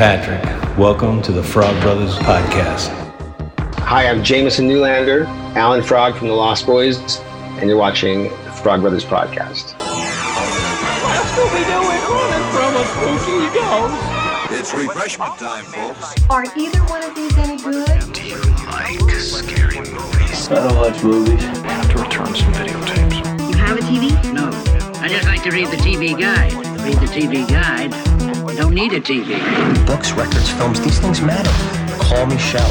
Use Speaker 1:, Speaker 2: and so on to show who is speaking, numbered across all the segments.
Speaker 1: Patrick. Welcome to the Frog Brothers Podcast.
Speaker 2: Hi, I'm Jameson Newlander, Alan Frog from the Lost Boys, and you're watching the Frog Brothers Podcast.
Speaker 3: It's refreshment time, folks.
Speaker 4: Are either one of these any good?
Speaker 5: You have a TV? No. I just like to read the TV guide. Read the TV guide. Don't need a TV.
Speaker 6: books, records, films, these things matter. Call Michelle.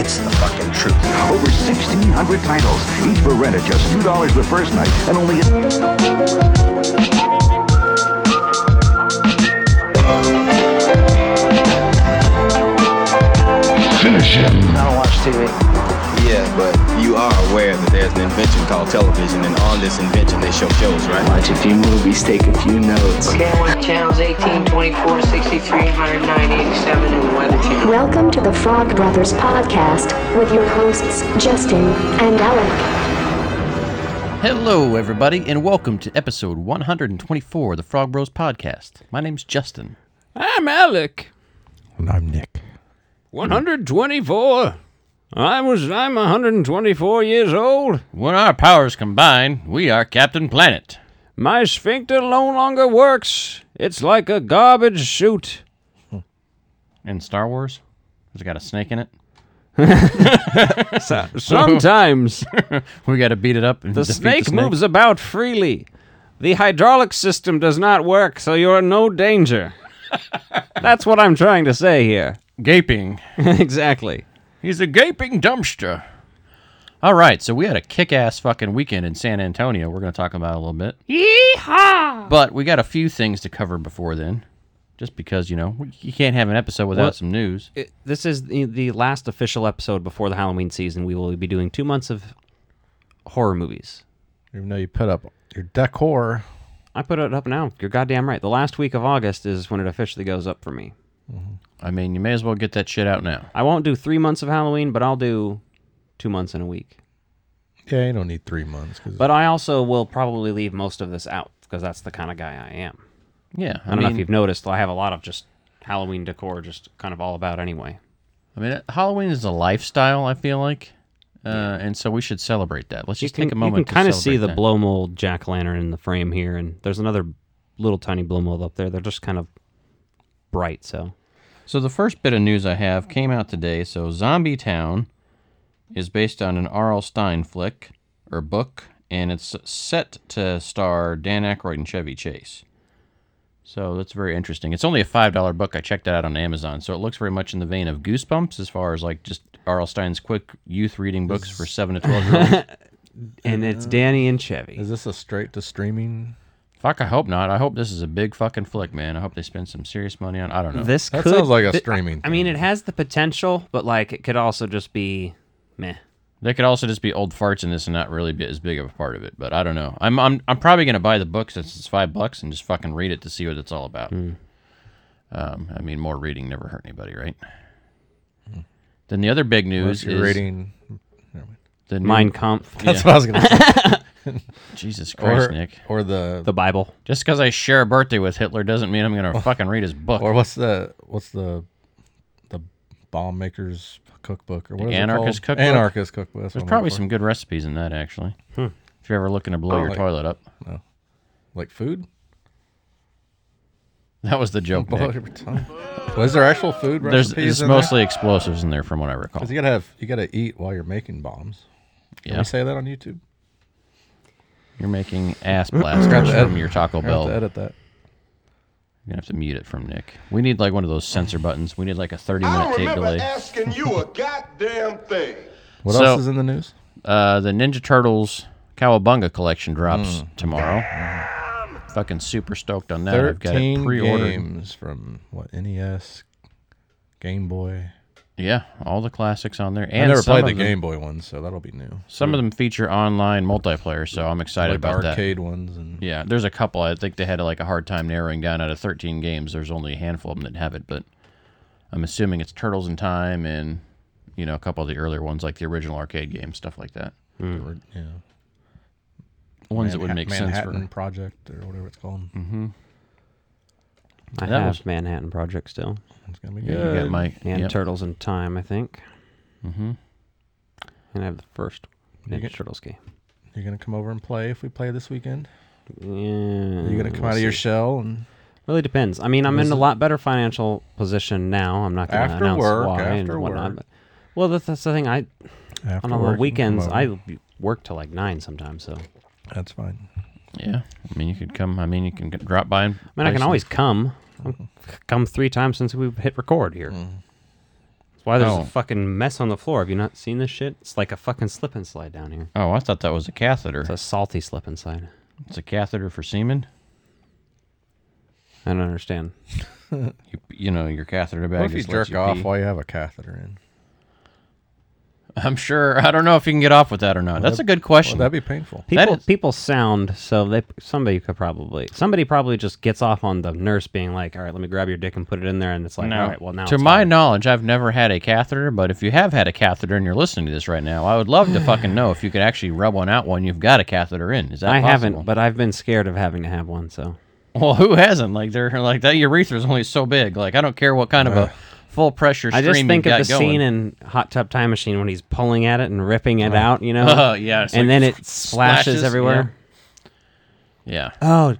Speaker 6: It's the fucking truth.
Speaker 3: Over 1,600 titles, each for rent at just $2 the first night, and only
Speaker 7: Yeah, but you are aware that there's an invention called television, and on this invention they show shows, right?
Speaker 8: Watch a few movies, take a few notes.
Speaker 5: Channel channels 18, 24, 63, 109, 87, and Weather Channel.
Speaker 9: Welcome to the Frog Brothers podcast with your hosts Justin and Alec.
Speaker 10: Hello, everybody, and welcome to episode 124 of the Frog Bros Podcast. My name's Justin.
Speaker 11: I'm Alec.
Speaker 12: And I'm Nick.
Speaker 11: 124. I was I'm 124 years old.
Speaker 10: When our powers combine, we are Captain Planet.
Speaker 11: My sphincter no longer works. It's like a garbage chute.
Speaker 10: In Star Wars, has it got a snake in it?
Speaker 11: Sometimes
Speaker 10: We got to beat it up. And
Speaker 11: the
Speaker 10: defeat
Speaker 11: snake
Speaker 10: the
Speaker 11: moves about freely. The hydraulic system does not work, so you're in no danger. That's what I'm trying to say here.
Speaker 10: Gaping.
Speaker 11: exactly.
Speaker 10: He's a gaping dumpster. All right, so we had a kick-ass fucking weekend in San Antonio. We're going to talk about a little bit. Yeehaw! But we got a few things to cover before then, just because you know we- you can't have an episode without
Speaker 11: Well-
Speaker 10: some news.
Speaker 11: it, this is the, the last official episode before the Halloween season. We will be doing two months of horror movies.
Speaker 12: Even though you put up your decor,
Speaker 11: I put it up now. You're goddamn right. The last week of August is when it officially goes up for me.
Speaker 10: I mean, you may as well get that shit out now.
Speaker 11: I won't do three months of Halloween, but I'll do two months in a week.
Speaker 12: yeah, you don't need three months. 'cause-
Speaker 11: But I also will probably leave most of this out because that's the kind of guy I am.
Speaker 10: Yeah,
Speaker 11: I, don't know if you've noticed, I have a lot of just Halloween decor, just kind of all about anyway.
Speaker 10: I mean, Halloween is a lifestyle. I feel like, uh, and so we should celebrate that. Let's just
Speaker 11: you can,
Speaker 10: take a moment.
Speaker 11: You can kind
Speaker 10: to
Speaker 11: of see the
Speaker 10: blow.
Speaker 11: blow mold jack lantern in the frame here, and there's another little tiny blow mold up there. They're just kind of bright, so
Speaker 10: So the first bit of news I have came out today. So Zombie Town is based on an R.L. Stein flick or book, and it's set to star Dan Aykroyd and Chevy Chase. So that's very interesting. It's only a five dollar book. I checked that out on Amazon. So it looks very much in the vein of Goosebumps, as far as like just R.L. Stein's quick youth reading books for seven to twelve year olds.
Speaker 11: and it's Danny and Chevy.
Speaker 12: Uh, is this a straight to streaming?
Speaker 10: Fuck, I hope not. I hope this is a big fucking flick, man. I hope they spend some serious money on. I don't know.
Speaker 11: This
Speaker 12: That
Speaker 11: could,
Speaker 12: sounds like a
Speaker 11: thi-
Speaker 12: streaming
Speaker 11: I mean,
Speaker 12: thing.
Speaker 11: it has the potential, but like it could also just be meh.
Speaker 12: Mm-hmm.
Speaker 10: They could also just be old farts in this and not really be as big of a part of it, but I don't know. I'm I'm, I'm probably gonna buy the book since it's five bucks and just fucking read it to see what it's all about.
Speaker 12: Hmm.
Speaker 10: Um, I mean, more reading never hurt anybody, right? Then the other big
Speaker 12: Unless
Speaker 10: news is
Speaker 12: you're reading.
Speaker 10: the new-
Speaker 11: Mein Kampf,
Speaker 12: That's what I was gonna say.
Speaker 10: Jesus Christ,
Speaker 12: or,
Speaker 10: Nick!
Speaker 12: or the,
Speaker 11: the Bible.
Speaker 10: Just because I share a birthday with Hitler doesn't mean I'm gonna fucking read his book.
Speaker 12: Oh. or what's the what's the the bomb makers cookbook or what is
Speaker 10: Anarchist
Speaker 12: it called?
Speaker 10: Cookbook?
Speaker 12: Anarchist cookbook. that's
Speaker 10: There's
Speaker 12: what I'm
Speaker 10: probably
Speaker 12: looking Hmm.
Speaker 10: some good recipes in that actually. If you're ever looking to blow your
Speaker 12: like-
Speaker 10: toilet up,
Speaker 12: for. like food.
Speaker 10: that was the joke.
Speaker 12: Blow
Speaker 10: Nick.
Speaker 12: your tongue. well, is there actual food
Speaker 10: There's
Speaker 12: recipes?
Speaker 10: it's
Speaker 12: in there?
Speaker 10: mostly explosives in there, from what I recall.
Speaker 12: 'Cause you gotta have you gotta eat while you're making bombs. Can
Speaker 10: Yeah.
Speaker 12: we say that on YouTube?
Speaker 10: You're making ass blasters
Speaker 12: edit-
Speaker 10: from your Taco
Speaker 12: I have
Speaker 11: Oh.
Speaker 10: Bell.
Speaker 12: to
Speaker 10: You're
Speaker 12: edit that.
Speaker 10: gonna have to mute it from Nick. We need like one of those censor buttons. We need like a 30 minute tape delay.
Speaker 3: asking you a goddamn thing.
Speaker 12: What
Speaker 10: So-
Speaker 12: else is in the news?
Speaker 10: Uh, the Ninja Turtles Cowabunga collection drops
Speaker 12: Mm.
Speaker 10: tomorrow. Fucking super stoked on that. I've got it
Speaker 12: Thirteen
Speaker 10: pre-ordered.
Speaker 12: games from what NES, Game Boy.
Speaker 10: Yeah, all the classics on there.
Speaker 12: I
Speaker 10: And
Speaker 12: never
Speaker 10: some
Speaker 12: played
Speaker 10: of
Speaker 12: the
Speaker 10: them-
Speaker 12: Game Boy ones, so that'll be new.
Speaker 10: Some of them feature online multiplayer, so I'm excited
Speaker 12: Like the
Speaker 10: about that.
Speaker 12: arcade ones and
Speaker 10: Yeah, there's a couple. I think they had like a hard time narrowing down out of 13 games. There's only a handful of them that have it, but I'm assuming it's Turtles in Time and you know a couple of the earlier ones like the original arcade game stuff like that.
Speaker 12: yeah,
Speaker 10: Ones that would
Speaker 12: Manha-
Speaker 10: make
Speaker 12: Manhattan
Speaker 10: sense for
Speaker 12: Project or whatever it's called.
Speaker 11: Mm-hmm. I
Speaker 10: That
Speaker 11: have
Speaker 10: was-
Speaker 11: Manhattan Project still.
Speaker 12: It's gonna be
Speaker 10: Yeah, you good. got Mike.
Speaker 11: And
Speaker 10: Yep.
Speaker 11: Turtles in Time, I think.
Speaker 10: Mm-hmm.
Speaker 11: And I have the first
Speaker 12: You
Speaker 11: Ninja
Speaker 12: get-
Speaker 11: Turtles game.
Speaker 12: You're gonna come over and play if we play this weekend.
Speaker 11: Yeah,
Speaker 12: Are you gonna come out of your shell and
Speaker 11: Really depends. I mean, I'm in
Speaker 12: Listen.
Speaker 11: a lot better financial position now. I'm not going to
Speaker 12: After
Speaker 11: announce
Speaker 12: work,
Speaker 11: why
Speaker 12: after
Speaker 11: and whatnot.
Speaker 12: work.
Speaker 11: But, well, that's, that's the thing. I
Speaker 12: After
Speaker 11: on
Speaker 12: work,
Speaker 11: the
Speaker 12: you
Speaker 11: weekends
Speaker 12: come
Speaker 11: I
Speaker 12: over.
Speaker 11: work till like nine sometimes. So I mean,
Speaker 12: That's fine.
Speaker 10: Yeah. I mean, you could come. I mean, you can get, drop by. And I
Speaker 11: I can always come. I'm- come three times since we hit record here. That's why there's
Speaker 10: Oh.
Speaker 11: a fucking mess on the floor. Have you not seen this shit? It's like a fucking slip and slide down here.
Speaker 10: Oh, I thought that was a catheter. It's
Speaker 11: a salty slip and slide.
Speaker 10: It's a catheter for semen.
Speaker 11: I don't understand.
Speaker 10: you, you know, your catheter bag.
Speaker 12: What if you
Speaker 10: just lets
Speaker 12: jerk off
Speaker 10: pee.
Speaker 12: while you have a catheter in?
Speaker 10: I'm sure. I don't know if you can get off with that or not. That's a
Speaker 12: that'd-
Speaker 10: good question.
Speaker 12: well, that'd be painful.
Speaker 10: That
Speaker 11: People people sound so they somebody could probably somebody probably just gets off on the nurse being like, all right, let me grab your dick and put it in there, and it's like, all right, well now
Speaker 10: to
Speaker 11: it's
Speaker 10: my knowledge, I've never had a catheter. But if you have had a catheter and you're listening to this right now, I would love to fucking know if you could actually rub one out when you've got a catheter in. Is that
Speaker 11: I
Speaker 10: possible?
Speaker 11: haven't, but I've been scared of having to have one. So
Speaker 10: Well, who hasn't? Like they're like that urethra's only so big. Like I don't care what kind of
Speaker 11: Ugh.
Speaker 10: a full pressure
Speaker 11: Uh, I
Speaker 10: stream
Speaker 11: just think
Speaker 10: you
Speaker 11: of
Speaker 10: got
Speaker 11: the
Speaker 10: going.
Speaker 11: scene in Hot Tub Time Machine when he's pulling at it and ripping it
Speaker 10: Oh.
Speaker 11: out, you know?
Speaker 10: Oh, yeah, it's
Speaker 11: and
Speaker 10: like
Speaker 11: then it splashes,
Speaker 10: splashes,
Speaker 11: everywhere.
Speaker 10: yeah.
Speaker 11: Oh,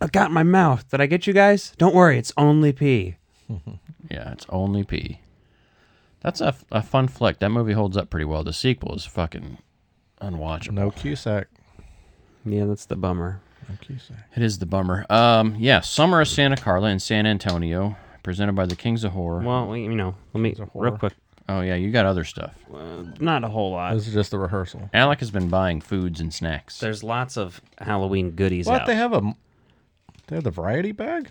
Speaker 11: I got my mouth. Did I get you guys? Don't worry, it's only pee.
Speaker 10: Yeah, it's only P. That's a, f- a fun flick. That movie holds up pretty well. The sequel is fucking unwatchable.
Speaker 12: No Cusack.
Speaker 11: Yeah, that's the bummer.
Speaker 12: No Cusack.
Speaker 10: It is the bummer. Um, yeah, Summer of Santa Carla in San Antonio, presented by the Kings of Horror.
Speaker 11: Well, we- you know, let me real quick.
Speaker 10: Oh yeah, you got other stuff.
Speaker 11: Not a whole lot.
Speaker 12: This is just the rehearsal.
Speaker 10: Alec has been buying foods and snacks.
Speaker 11: There's lots of Halloween goodies
Speaker 12: what
Speaker 11: out.
Speaker 12: they have a m- they have the variety bag.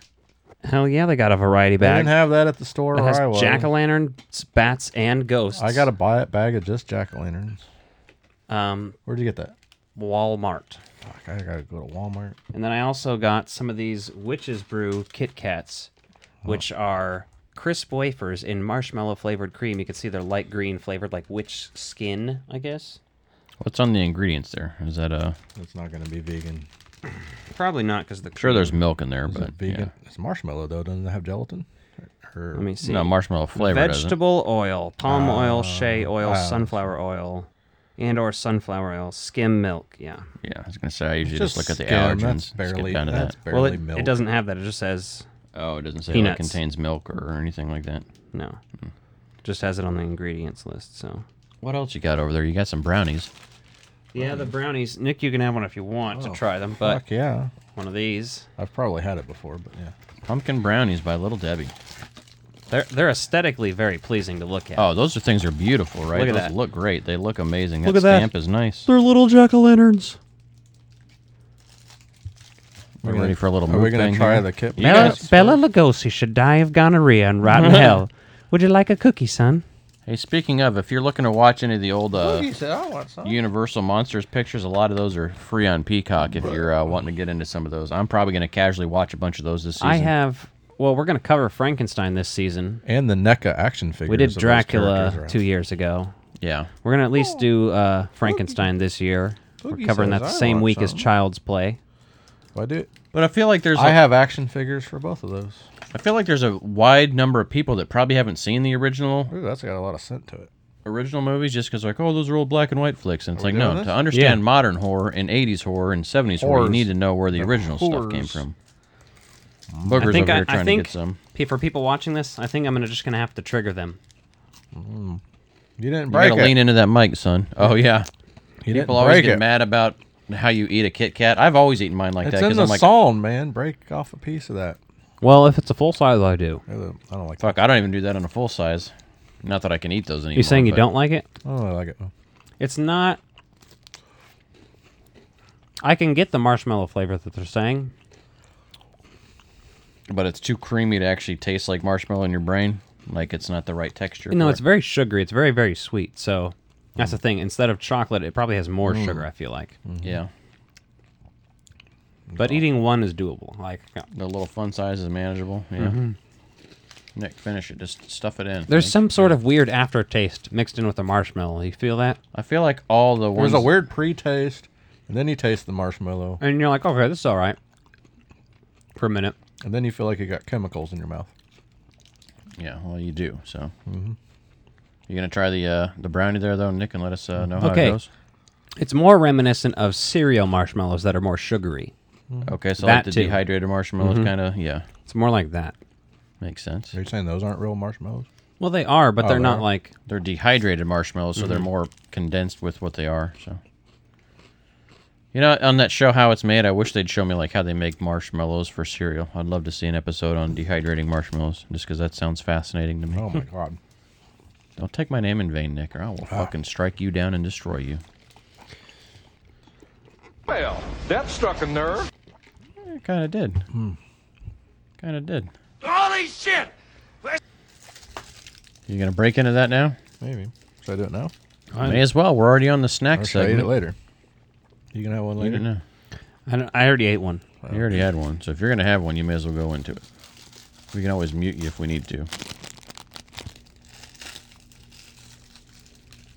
Speaker 11: Hell yeah, they got a variety
Speaker 12: They
Speaker 11: bag.
Speaker 12: didn't have that at the store
Speaker 11: It
Speaker 12: where
Speaker 11: has
Speaker 12: I was.
Speaker 11: jack o' lantern, bats, and ghosts.
Speaker 12: I got a buy bag of just jack o' lanterns.
Speaker 11: um,
Speaker 12: Where'd you get that?
Speaker 11: Walmart.
Speaker 12: Fuck, I gotta go to Walmart.
Speaker 11: And then I also got some of these Witch's Brew Kit Kats, which are crisp wafers in marshmallow flavored cream. You can see they're light green flavored, like witch skin, I guess.
Speaker 10: What's on the ingredients there? Is that uh, a?
Speaker 12: It's not gonna be vegan.
Speaker 11: Probably not because the cream.
Speaker 10: Sure, there's milk in there,
Speaker 12: Is
Speaker 10: but
Speaker 12: it vegan? It's marshmallow though. Doesn't it have gelatin? Or,
Speaker 11: Let me see.
Speaker 10: no marshmallow flavor. doesn't.
Speaker 11: Vegetable oil, palm oil,
Speaker 12: Ah,
Speaker 11: shea oil,
Speaker 12: ah.
Speaker 11: sunflower oil, and or sunflower oil, skim milk. Yeah.
Speaker 10: Yeah, I was gonna say I usually
Speaker 12: It's
Speaker 10: just, look at
Speaker 12: just
Speaker 10: the
Speaker 12: skim,
Speaker 10: allergens.
Speaker 12: that's
Speaker 10: Let's
Speaker 12: barely-
Speaker 10: get down to
Speaker 12: that's
Speaker 10: that.
Speaker 12: barely
Speaker 11: well, it,
Speaker 12: milk.
Speaker 11: it doesn't have that. It just says
Speaker 10: Oh, it doesn't say
Speaker 11: Peanuts.
Speaker 10: it contains milk or anything like that.
Speaker 11: no.
Speaker 12: Hmm.
Speaker 11: Just has it on the ingredients list. So.
Speaker 10: What else you got over there? You got some brownies.
Speaker 11: Yeah, the brownies. Nick, you can have one if you want
Speaker 12: Oh,
Speaker 11: to try them, but
Speaker 12: Fuck yeah.
Speaker 11: one of these.
Speaker 12: I've probably had it before, but yeah.
Speaker 10: Pumpkin brownies by Little Debbie.
Speaker 11: They're they're aesthetically very pleasing to look at.
Speaker 10: Oh, those are things are beautiful, right?
Speaker 11: Look at
Speaker 10: those
Speaker 11: that.
Speaker 10: look great. They look amazing.
Speaker 11: Look
Speaker 10: that
Speaker 11: at that.
Speaker 10: stamp is nice.
Speaker 11: they're little jack o' lanterns.
Speaker 10: We're ready for a little
Speaker 12: Are we gonna
Speaker 10: mukbang
Speaker 12: try
Speaker 10: here?
Speaker 12: the kit?
Speaker 10: You
Speaker 11: Bella,
Speaker 10: guys-
Speaker 11: Bella Lugosi should die of gonorrhea and rot in hell. Would you like a cookie, son?
Speaker 10: Hey, speaking of, if you're looking to watch any of the old uh,
Speaker 12: I want some.
Speaker 10: Universal Monsters pictures, a lot of those are free on Peacock. If you're uh, wanting to get into some of those, I'm probably going to casually watch a bunch of those this season.
Speaker 11: I have. Well, we're gonna cover Frankenstein this season.
Speaker 12: And the NECA action figures.
Speaker 11: We
Speaker 12: of
Speaker 11: did
Speaker 12: those
Speaker 11: Dracula
Speaker 12: characters are out.
Speaker 11: two years ago.
Speaker 10: Yeah.
Speaker 11: We're gonna at least do uh, Frankenstein this year.
Speaker 12: Boogie
Speaker 11: we're covering
Speaker 12: says
Speaker 11: that the
Speaker 12: I
Speaker 11: same
Speaker 12: want
Speaker 11: week as
Speaker 12: some.
Speaker 11: Child's Play.
Speaker 12: Why do?
Speaker 10: But I feel like there's.
Speaker 12: I
Speaker 10: a-
Speaker 12: have action figures for both of those.
Speaker 10: I feel like there's a wide number of people that probably haven't seen the original
Speaker 12: Ooh, that's got a lot of scent to it.
Speaker 10: original movies just because like oh those are old black and white flicks and it's
Speaker 12: Are we
Speaker 10: like no
Speaker 12: doing this?
Speaker 10: to understand
Speaker 11: Yeah.
Speaker 10: modern horror and 80s horror and 70s horror you
Speaker 12: Horrors.
Speaker 10: need to know where the
Speaker 12: The
Speaker 10: original stuff came
Speaker 12: horrors.
Speaker 10: from boogers
Speaker 11: I think
Speaker 10: over
Speaker 11: I,
Speaker 10: here
Speaker 11: I
Speaker 10: trying
Speaker 11: think
Speaker 10: to get some
Speaker 11: pe- for people watching this, I think I'm gonna just gonna have to trigger them.
Speaker 12: You didn't
Speaker 10: you
Speaker 12: break
Speaker 10: gotta
Speaker 12: it.
Speaker 10: lean into that mic son oh yeah
Speaker 12: You didn't
Speaker 10: people always
Speaker 12: break
Speaker 10: get
Speaker 12: it.
Speaker 10: mad about how you eat a kit kat i've always eaten mine like
Speaker 12: It's
Speaker 10: that
Speaker 12: in
Speaker 10: because
Speaker 12: the
Speaker 10: i'm like
Speaker 12: song, man. Break off a piece of that.
Speaker 11: Well, if it's a full size, I do.
Speaker 12: I don't I don't like.
Speaker 10: fuck i don't even do that on a full size not that i can eat those anymore
Speaker 11: You saying you
Speaker 10: but-
Speaker 11: don't like it?
Speaker 12: Oh, I don't really like it.
Speaker 11: It's not. I can get the marshmallow flavor that they're saying.
Speaker 10: but it's too creamy to actually taste like marshmallow in your brain like it's not the right texture
Speaker 11: no,
Speaker 10: for
Speaker 11: it's
Speaker 10: it.
Speaker 11: very sugary. It's very very sweet. So that's the thing. Instead of chocolate, it probably has more sugar. I feel like,
Speaker 10: yeah
Speaker 11: but eating one is doable. Like
Speaker 10: The little fun size is manageable. Yeah.
Speaker 12: Mm-hmm.
Speaker 10: Nick, finish it. Just stuff it in.
Speaker 11: there's
Speaker 10: Nick.
Speaker 11: some sort of weird aftertaste mixed in with the marshmallow. You feel that,
Speaker 10: I feel like all the ones.
Speaker 12: There's a weird pre-taste, and then you taste the marshmallow.
Speaker 11: and you're like, okay, this is all right. For a minute,
Speaker 12: And then you feel like you got chemicals in your mouth.
Speaker 10: Yeah, well, you do. So
Speaker 12: Mhm.
Speaker 10: you gonna try the uh, the brownie there though, Nick, and let us uh, know how
Speaker 11: okay.
Speaker 10: it goes.
Speaker 11: It's more reminiscent of cereal marshmallows that are more sugary.
Speaker 12: Mhm.
Speaker 10: Okay, so like
Speaker 11: That
Speaker 10: the
Speaker 11: too.
Speaker 10: dehydrated marshmallows,
Speaker 12: Mm-hmm.
Speaker 11: Mhm.
Speaker 10: kind of. Yeah,
Speaker 11: It's more like that.
Speaker 10: makes sense.
Speaker 12: Are you saying those aren't real marshmallows?
Speaker 11: Well, they are, but
Speaker 10: Oh,
Speaker 11: they're
Speaker 10: they
Speaker 11: not
Speaker 10: are?
Speaker 11: like
Speaker 10: They're dehydrated marshmallows, so they're
Speaker 12: Mm-hmm.
Speaker 11: Mhm.
Speaker 10: more condensed with what they are. So, you know, on that show How It's Made, I wish they'd show me like how they make marshmallows for cereal. I'd love to see an episode on dehydrating marshmallows, just because that sounds fascinating to me.
Speaker 12: Oh my god. Ah.
Speaker 10: Don't take my name in vain, Nick, or I will fucking strike you down and destroy you.
Speaker 13: Well, that struck a nerve.
Speaker 10: It kind of did.
Speaker 12: Hmm.
Speaker 10: Kind of did.
Speaker 13: Holy shit!
Speaker 10: You gonna break into that now?
Speaker 12: Maybe. Should I do it now?
Speaker 10: May as well. We're already on the snack
Speaker 12: Or should I eat
Speaker 10: segment.
Speaker 12: it later? You gonna have one
Speaker 10: You
Speaker 12: later?
Speaker 10: didn't know.
Speaker 11: I, don't, I already ate one.
Speaker 10: You already had one, so if you're gonna have one, you may as well go into it. We can always mute you if we need to.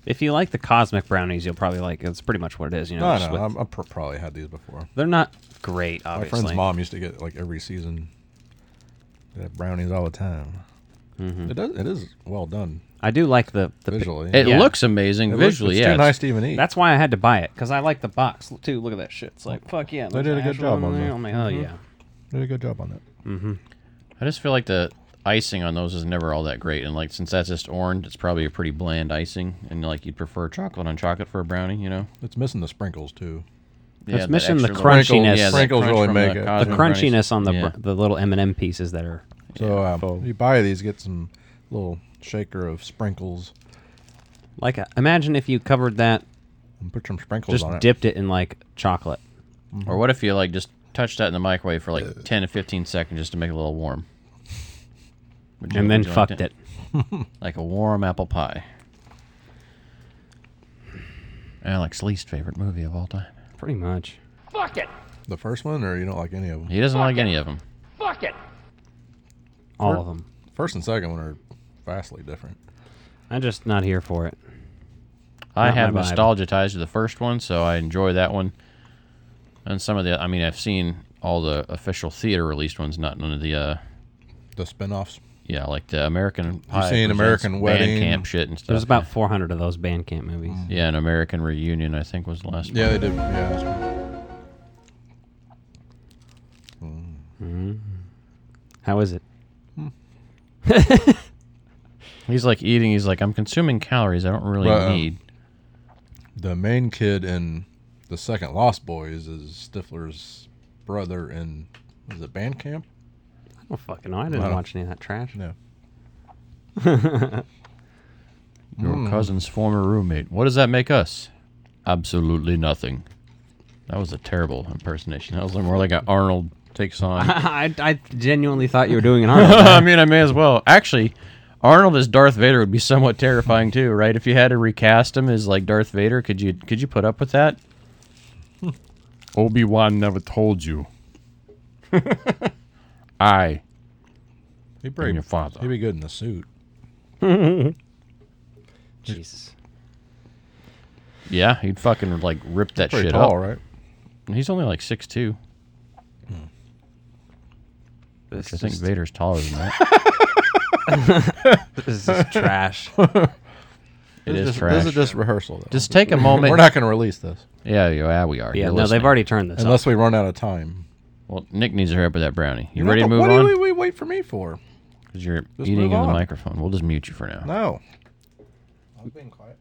Speaker 11: If you like the cosmic brownies, you'll probably like it. It's pretty much what it is, you know.
Speaker 12: no,
Speaker 11: just
Speaker 12: no,
Speaker 11: with-
Speaker 12: I'm- I pr- probably had these before.
Speaker 11: they're not great,
Speaker 12: My
Speaker 11: obviously.
Speaker 12: friend's mom used to get like every season. They had brownies all the time.
Speaker 11: Mhm.
Speaker 12: It does. It is well done.
Speaker 11: I do like the, the pic-
Speaker 12: Visually.
Speaker 10: It looks amazing
Speaker 12: It looks-
Speaker 10: visually.
Speaker 12: it's
Speaker 10: yeah,
Speaker 12: too nice to even eat.
Speaker 11: That's why I had to buy it because I like the box Look, too. Look at that shit. It's like fuck yeah.
Speaker 12: They did a good job on that.
Speaker 11: i oh
Speaker 10: Mm-hmm.
Speaker 12: Mhm.
Speaker 11: yeah.
Speaker 12: Did a good job on that.
Speaker 11: Mm-hmm.
Speaker 10: I just feel like the icing on those is never all that great, and like since that's just orange, it's probably a pretty bland icing, and like you'd prefer chocolate on chocolate for a brownie, you know?
Speaker 12: It's missing the sprinkles too.
Speaker 10: Yeah,
Speaker 11: it's
Speaker 10: that
Speaker 11: missing the
Speaker 10: extra little-
Speaker 11: crunchiness.
Speaker 10: Yeah, that
Speaker 12: Sprinkles
Speaker 10: crunch
Speaker 12: really
Speaker 10: from
Speaker 12: make
Speaker 10: the
Speaker 12: it. The
Speaker 11: the
Speaker 10: Cosmic Brownies.
Speaker 11: crunchiness on the
Speaker 10: Yeah.
Speaker 11: br- the little M and M pieces that are.
Speaker 12: So um, you buy these, get some little shaker of sprinkles,
Speaker 11: Like uh, imagine if you covered that,
Speaker 12: and put some sprinkles
Speaker 11: just
Speaker 12: on it.
Speaker 11: dipped it in like chocolate.
Speaker 10: Or what if you like just touch that in the microwave for like ten to fifteen seconds just to make it a little warm? Would
Speaker 11: And then
Speaker 10: would like
Speaker 11: fucked
Speaker 10: that? like a warm apple pie. Alex's least favorite movie of all time.
Speaker 11: Pretty much.
Speaker 13: Fuck it!
Speaker 12: The first one, or you don't like any of them?
Speaker 10: He doesn't like any of them.
Speaker 13: Fuck it!
Speaker 11: All
Speaker 12: Fir-
Speaker 11: of them.
Speaker 12: First and second one are vastly different.
Speaker 11: I'm just not here for it.
Speaker 10: I
Speaker 11: Not my
Speaker 10: have
Speaker 11: vibe.
Speaker 10: nostalgia ties to the first one, so I enjoy that one. And some of the, I mean, I've seen all the official theater released ones, not none of the, uh,
Speaker 12: The spin-offs.
Speaker 10: yeah, like the American
Speaker 12: seen
Speaker 10: Pie. Presents
Speaker 12: American
Speaker 10: Band
Speaker 12: Wedding.
Speaker 10: Camp shit and stuff.
Speaker 11: There's about 400 of those Bandcamp movies.
Speaker 12: Mm.
Speaker 10: yeah, an American Reunion, I think, was the last
Speaker 12: Yeah,
Speaker 10: one.
Speaker 12: they did. Yeah. that's one.
Speaker 11: How is it?
Speaker 10: He's like eating, he's like, I'm consuming calories I don't really
Speaker 12: But, um,
Speaker 10: need.
Speaker 12: The main kid in the second Lost Boys is Stifler's brother in is it Bandcamp?
Speaker 11: I don't fucking know. I didn't
Speaker 12: Wow.
Speaker 11: watch any of that trash.
Speaker 12: No.
Speaker 10: Your
Speaker 12: Mm.
Speaker 10: cousin's former roommate. What does that make us? Absolutely nothing. That was a terrible impersonation. That was more like an Arnold takes on.
Speaker 11: I, I genuinely thought you were doing an
Speaker 10: I
Speaker 11: Arnold.
Speaker 10: mean, I may as well. Actually, Arnold as Darth Vader would be somewhat terrifying too, right? If you had to recast him as like Darth Vader, could you could you put up with that? Obi Wan never told you. I
Speaker 12: He'd probably-
Speaker 10: your father.
Speaker 12: He'd be good in the suit.
Speaker 11: Jesus.
Speaker 10: yeah, he'd fucking like rip that
Speaker 12: Pretty
Speaker 10: shit
Speaker 12: tall,
Speaker 10: up.
Speaker 12: right?
Speaker 10: He's only like six two.
Speaker 11: This
Speaker 10: I think
Speaker 11: just-
Speaker 10: Vader's taller than that.
Speaker 11: This is trash.
Speaker 10: it is
Speaker 12: just,
Speaker 10: trash.
Speaker 12: This is just rehearsal. Though.
Speaker 10: Just take a moment.
Speaker 12: We're not going to release this
Speaker 10: Yeah, yeah, we are.
Speaker 11: Yeah,
Speaker 10: You're
Speaker 11: no,
Speaker 10: listening.
Speaker 11: they've already turned this
Speaker 12: unless
Speaker 11: off.
Speaker 12: we run out of time.
Speaker 10: Well, Nick needs to hurry up with that brownie. You
Speaker 12: What
Speaker 10: ready to
Speaker 12: the-
Speaker 10: move
Speaker 12: what
Speaker 10: on?
Speaker 12: What do we wait for me for?
Speaker 10: Because you're
Speaker 12: Just
Speaker 10: eating
Speaker 12: move
Speaker 10: in the
Speaker 12: on.
Speaker 10: microphone. We'll just mute you for now.
Speaker 12: No. I'm being quiet.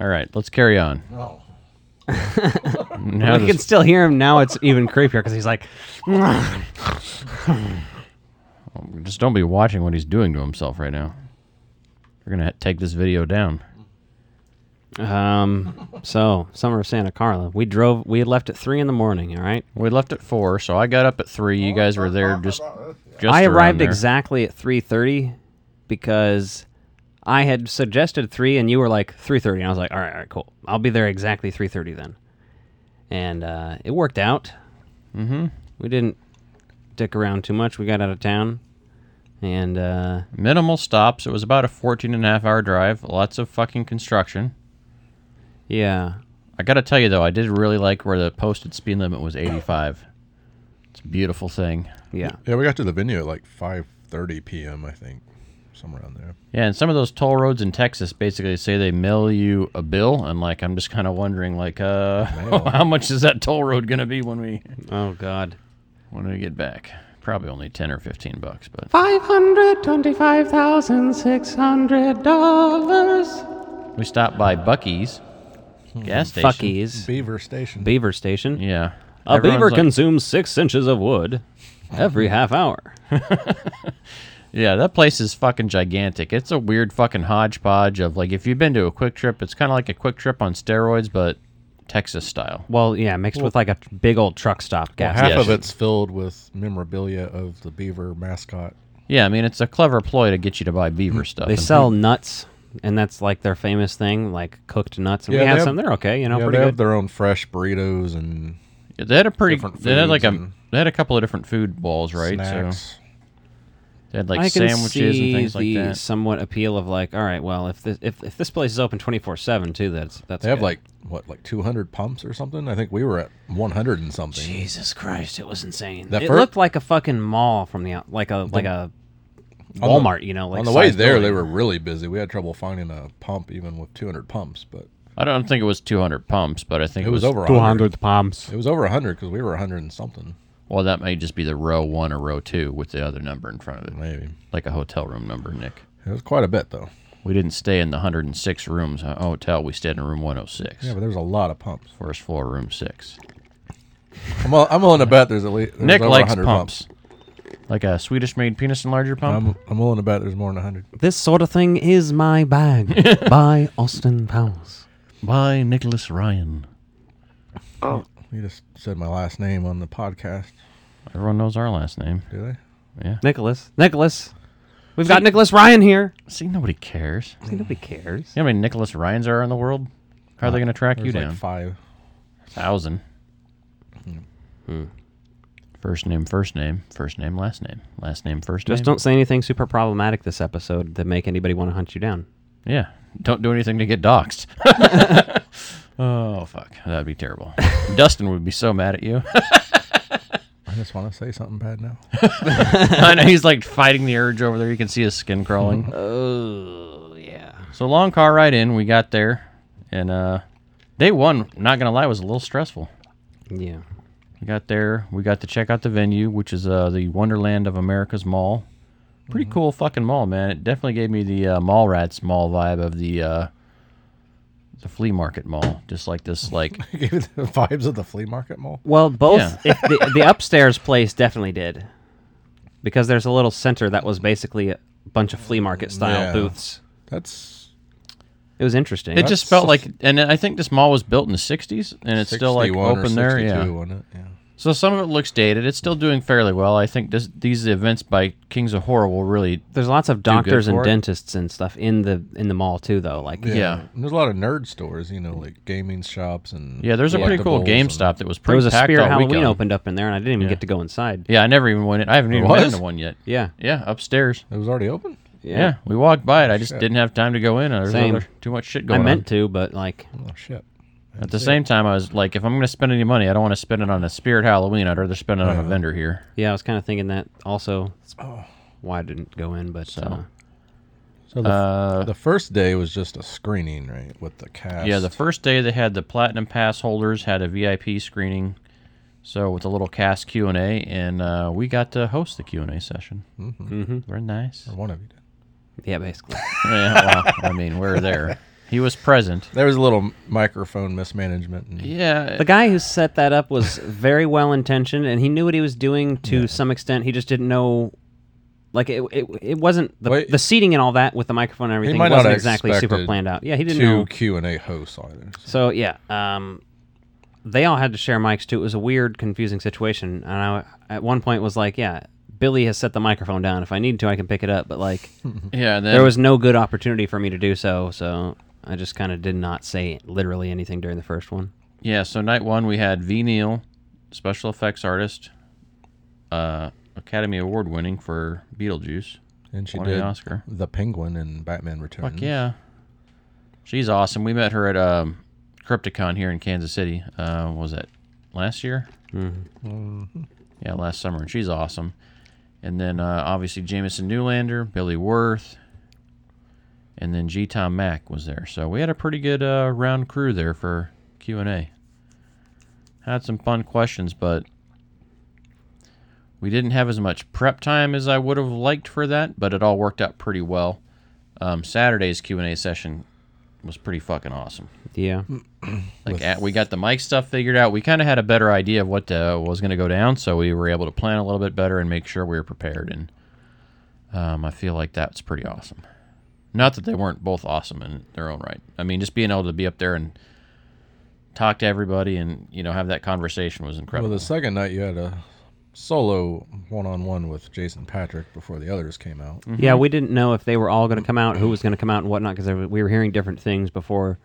Speaker 10: All right, let's carry on.
Speaker 12: No.
Speaker 10: Now
Speaker 11: we
Speaker 10: this-
Speaker 11: can still hear him now. It's even creepier because he's like,
Speaker 10: just don't be watching what he's doing to himself right now. We're gonna ha- take this video down.
Speaker 11: um, so summer of Santa Carla. We drove. We left at three in the morning. All right.
Speaker 10: We left at four, so I got up at three. You guys were there just. just
Speaker 11: I
Speaker 10: around
Speaker 11: arrived
Speaker 10: there.
Speaker 11: exactly at three thirty because I had suggested three, and you were like three thirty. And I was like, all right, all right, cool. I'll be there exactly three thirty then. And uh, it worked out.
Speaker 10: Mm-hmm.
Speaker 11: We didn't dick around too much. We got out of town, and uh,
Speaker 10: Minimal stops. It was about a 14 and a half hour drive. Lots of fucking construction.
Speaker 11: yeah,
Speaker 10: I gotta tell you though, I did really like where the posted speed limit was 85. It's a beautiful thing.
Speaker 11: Yeah.
Speaker 12: Yeah, we got to the venue at like 5:30 p.m. I think, somewhere around there.
Speaker 10: Yeah, and some of those toll roads in Texas basically say they mail you a bill, and like I'm just kind of wondering, like, uh, how much is that toll road gonna be when we?
Speaker 11: Oh God,
Speaker 10: when we get back, probably only ten or fifteen bucks, but
Speaker 14: $525,600.
Speaker 10: we stopped by Bucky's gas station.
Speaker 11: Bucky's.
Speaker 12: Beaver Station.
Speaker 11: Beaver Station.
Speaker 10: Yeah.
Speaker 11: A
Speaker 10: Everyone's
Speaker 11: beaver
Speaker 10: like-
Speaker 11: consumes six inches of wood every half hour.
Speaker 10: Yeah, that place is fucking gigantic. It's a weird fucking hodgepodge of like if you've been to a quick trip, it's kind of like a quick trip on steroids, but Texas style.
Speaker 11: Well, yeah, mixed with like a big old truck stop
Speaker 12: Well,
Speaker 11: gas.
Speaker 12: half of
Speaker 11: station.
Speaker 12: it's filled with memorabilia of the Beaver mascot.
Speaker 10: Yeah, I mean it's a clever ploy to get you to buy beaver stuff.
Speaker 11: Mm. They
Speaker 10: And-
Speaker 11: sell nuts, and that's like their famous thing, like cooked nuts. And we had some. They're okay, you know,
Speaker 12: yeah,
Speaker 11: pretty
Speaker 12: they
Speaker 11: good.
Speaker 12: have their own fresh burritos and
Speaker 10: Yeah, they had a pretty.
Speaker 12: different
Speaker 10: They had like
Speaker 12: foods
Speaker 10: a. They had a couple of different food balls, right?
Speaker 12: Snacks.
Speaker 10: So they had like
Speaker 11: I can
Speaker 10: sandwiches
Speaker 11: see
Speaker 10: and things like
Speaker 11: the
Speaker 10: that.
Speaker 11: somewhat appeal of like, all right, well, if this if, if this place is open twenty four seven too, that's that's
Speaker 12: They have
Speaker 11: good.
Speaker 12: like what, like 200 pumps or something. I think we were at 100 and something.
Speaker 11: Jesus Christ, it was insane.
Speaker 12: That
Speaker 11: it
Speaker 12: fir-
Speaker 11: looked like a fucking mall from the out, like a like a
Speaker 12: On the-
Speaker 11: Walmart, you know. Like
Speaker 12: on the way
Speaker 11: size
Speaker 12: there, they
Speaker 11: building.
Speaker 12: were really busy. We had trouble finding a pump even with 200 pumps, but
Speaker 10: I don't think it was 200 pumps, but I think
Speaker 12: it was over
Speaker 11: 200 pumps.
Speaker 12: It was over 100 because we were 100 and something.
Speaker 10: Well, that may just be the row one or row two with the other number in front of it.
Speaker 12: Maybe
Speaker 10: like a hotel room number, Nick.
Speaker 12: It was quite a bit though.
Speaker 10: We didn't stay in the 106 rooms ho- hotel. We stayed in room 106.
Speaker 12: Yeah, but there's a lot of pumps.
Speaker 10: First floor, room six.
Speaker 12: I'm, all, I'm willing to bet there's at least there's
Speaker 10: Nick
Speaker 12: over
Speaker 10: likes
Speaker 12: 100
Speaker 10: pumps. Like a Swedish made penis enlarger
Speaker 12: I'm,
Speaker 10: pump.
Speaker 12: I'm willing to bet there's more than 100.
Speaker 11: This sort of thing is my bag by Austin Powers.
Speaker 10: By Nicholas Ryan.
Speaker 12: Oh. You just said my last name on the podcast.
Speaker 10: Everyone knows our last name.
Speaker 12: Do they?
Speaker 10: Yeah.
Speaker 11: Nicholas. Nicholas. We've got Nicholas Ryan here.
Speaker 10: See, nobody cares.
Speaker 11: See, nobody cares.
Speaker 10: You know how many Nicholas Ryans are in the world? How are they going to track you
Speaker 12: There's like
Speaker 10: down?
Speaker 12: five.
Speaker 10: Thousand.
Speaker 11: Hmm.
Speaker 10: First name, first name, first name, last name, last name, first
Speaker 11: Just
Speaker 10: name.
Speaker 11: don't say anything super problematic this episode that make anybody want to hunt you down.
Speaker 10: Yeah. Don't do anything to get doxxed. oh, fuck. That'd be terrible. Dustin would be so mad at you.
Speaker 12: I just want to say something bad now.
Speaker 10: I know he's like fighting the urge over there. You can see his skin crawling.
Speaker 11: Uh. Oh yeah.
Speaker 10: So long car ride in. We got there, and uh, day one, not gonna lie, was a little stressful.
Speaker 11: Yeah.
Speaker 10: We got there. We got to check out the venue, which is uh, the Wonderland of America's Mall. Pretty
Speaker 12: Mm-hmm.
Speaker 10: cool fucking mall, man. It definitely gave me the uh, mall rats mall vibe of the uh, the flea market mall. Just like this, like
Speaker 12: Gave it the vibes of the flea market mall.
Speaker 11: Well, both
Speaker 10: Yeah.
Speaker 11: if the, the upstairs place definitely did, because there's a little center that was basically a bunch of flea market style
Speaker 12: Yeah.
Speaker 11: booths.
Speaker 12: That's
Speaker 11: It was interesting.
Speaker 10: it just felt like, and I think this mall was built in the '60s, and it's still like
Speaker 12: 61 or
Speaker 10: open there.
Speaker 12: 62,
Speaker 10: Yeah.
Speaker 12: wasn't it? Yeah.
Speaker 10: So some of it looks dated. It's still doing fairly well. I think this, these events by Kings of Horror will really.
Speaker 11: there's lots of
Speaker 10: do good
Speaker 11: doctors and
Speaker 10: for it.
Speaker 11: dentists and stuff in the in the mall too, though. Like
Speaker 12: And there's a lot of nerd stores, you know, like gaming shops and
Speaker 10: Yeah, there's a pretty cool
Speaker 12: collectibles
Speaker 10: GameStop that was
Speaker 11: there
Speaker 10: pretty
Speaker 11: was a
Speaker 10: packed
Speaker 11: Spirit
Speaker 10: all
Speaker 11: Halloween
Speaker 10: weekend.
Speaker 11: opened up in there, and I didn't even
Speaker 10: Yeah.
Speaker 11: get to go inside.
Speaker 10: Yeah, I never even went in. I haven't even
Speaker 11: was?
Speaker 10: been into one yet.
Speaker 11: Yeah.
Speaker 10: Yeah, upstairs.
Speaker 12: It was already open.
Speaker 10: Yeah, we walked by it. I just didn't have time to go in. There's
Speaker 11: Oh, Same.
Speaker 10: other, too much shit going
Speaker 11: I
Speaker 10: on.
Speaker 11: meant to, but like
Speaker 12: Oh shit!
Speaker 10: At the same time, I was like, if I'm going to spend any money, I don't want to spend it on a Spirit Halloween. I'd rather spend it on a vendor here.
Speaker 11: Yeah, I was kind of thinking that also. That's
Speaker 12: Oh.
Speaker 11: Why I didn't go in, but uh,
Speaker 12: So the, the first day was just a screening, right, with the cast.
Speaker 10: Yeah, the first day they had the platinum pass holders had a VIP screening, so with a little cast Q and A, and uh, we got to host the Q and A session.
Speaker 11: Mhm.
Speaker 10: Very nice.
Speaker 12: Or one of you did.
Speaker 11: yeah, basically.
Speaker 10: yeah, well, I mean, we're there. He was present.
Speaker 12: There was a little microphone mismanagement. And
Speaker 10: Yeah,
Speaker 11: The guy who set that up was very well intentioned, and he knew what he was doing to some extent. He just didn't know, like it. It, it wasn't the,
Speaker 12: Wait.
Speaker 11: the seating and all that with the microphone and
Speaker 12: he
Speaker 11: everything
Speaker 12: might not
Speaker 11: wasn't
Speaker 12: have
Speaker 11: exactly super
Speaker 12: expected
Speaker 11: planned out. Yeah, he didn't
Speaker 12: two
Speaker 11: know.
Speaker 12: Q and A hosts either.
Speaker 11: So yeah, um, they all had to share mics too. It was a weird, confusing situation, and I at one point was like, yeah. Billy has set the microphone down. If I need to, I can pick it up. But like,
Speaker 10: Yeah, and then-
Speaker 11: there was no good opportunity for me to do so. So I just kind of did not say literally anything during the first one.
Speaker 10: Yeah, so night one we had V Neal, special effects artist, uh, Academy Award winning for Beetlejuice,
Speaker 12: And she
Speaker 10: won an
Speaker 12: did
Speaker 10: Oscar.
Speaker 12: the Penguin in Batman Returns.
Speaker 10: Fuck yeah, she's awesome. We met her at um, Crypticon here in Kansas City. Uh, what was that last year?
Speaker 11: Mm-hmm.
Speaker 10: yeah, last summer, and she's awesome. And then uh, obviously Jamison Newlander, Billy Worth, and then G. Tom Mack was there. So we had a pretty good uh, round crew there for Q and A. Had some fun questions, but we didn't have as much prep time as I would have liked for that. But it all worked out pretty well. Um, Saturday's Q and A session was pretty fucking awesome.
Speaker 11: Yeah.
Speaker 10: Like at, we got the mic stuff figured out. We kind of had a better idea of what uh, was going to go down, so we were able to plan a little bit better and make sure we were prepared. And um, I feel like that's pretty awesome. Not that they weren't both awesome in their own right. I mean, just being able to be up there and talk to everybody and you know have that conversation was incredible.
Speaker 12: Well, the second night you had a solo one-on-one with Jason Patrick before the others came out.
Speaker 11: Yeah,
Speaker 10: Mm-hmm.
Speaker 11: we didn't know if they were all
Speaker 10: Mm.
Speaker 11: going to come out, who was going to come out, and whatnot, because we were hearing different things before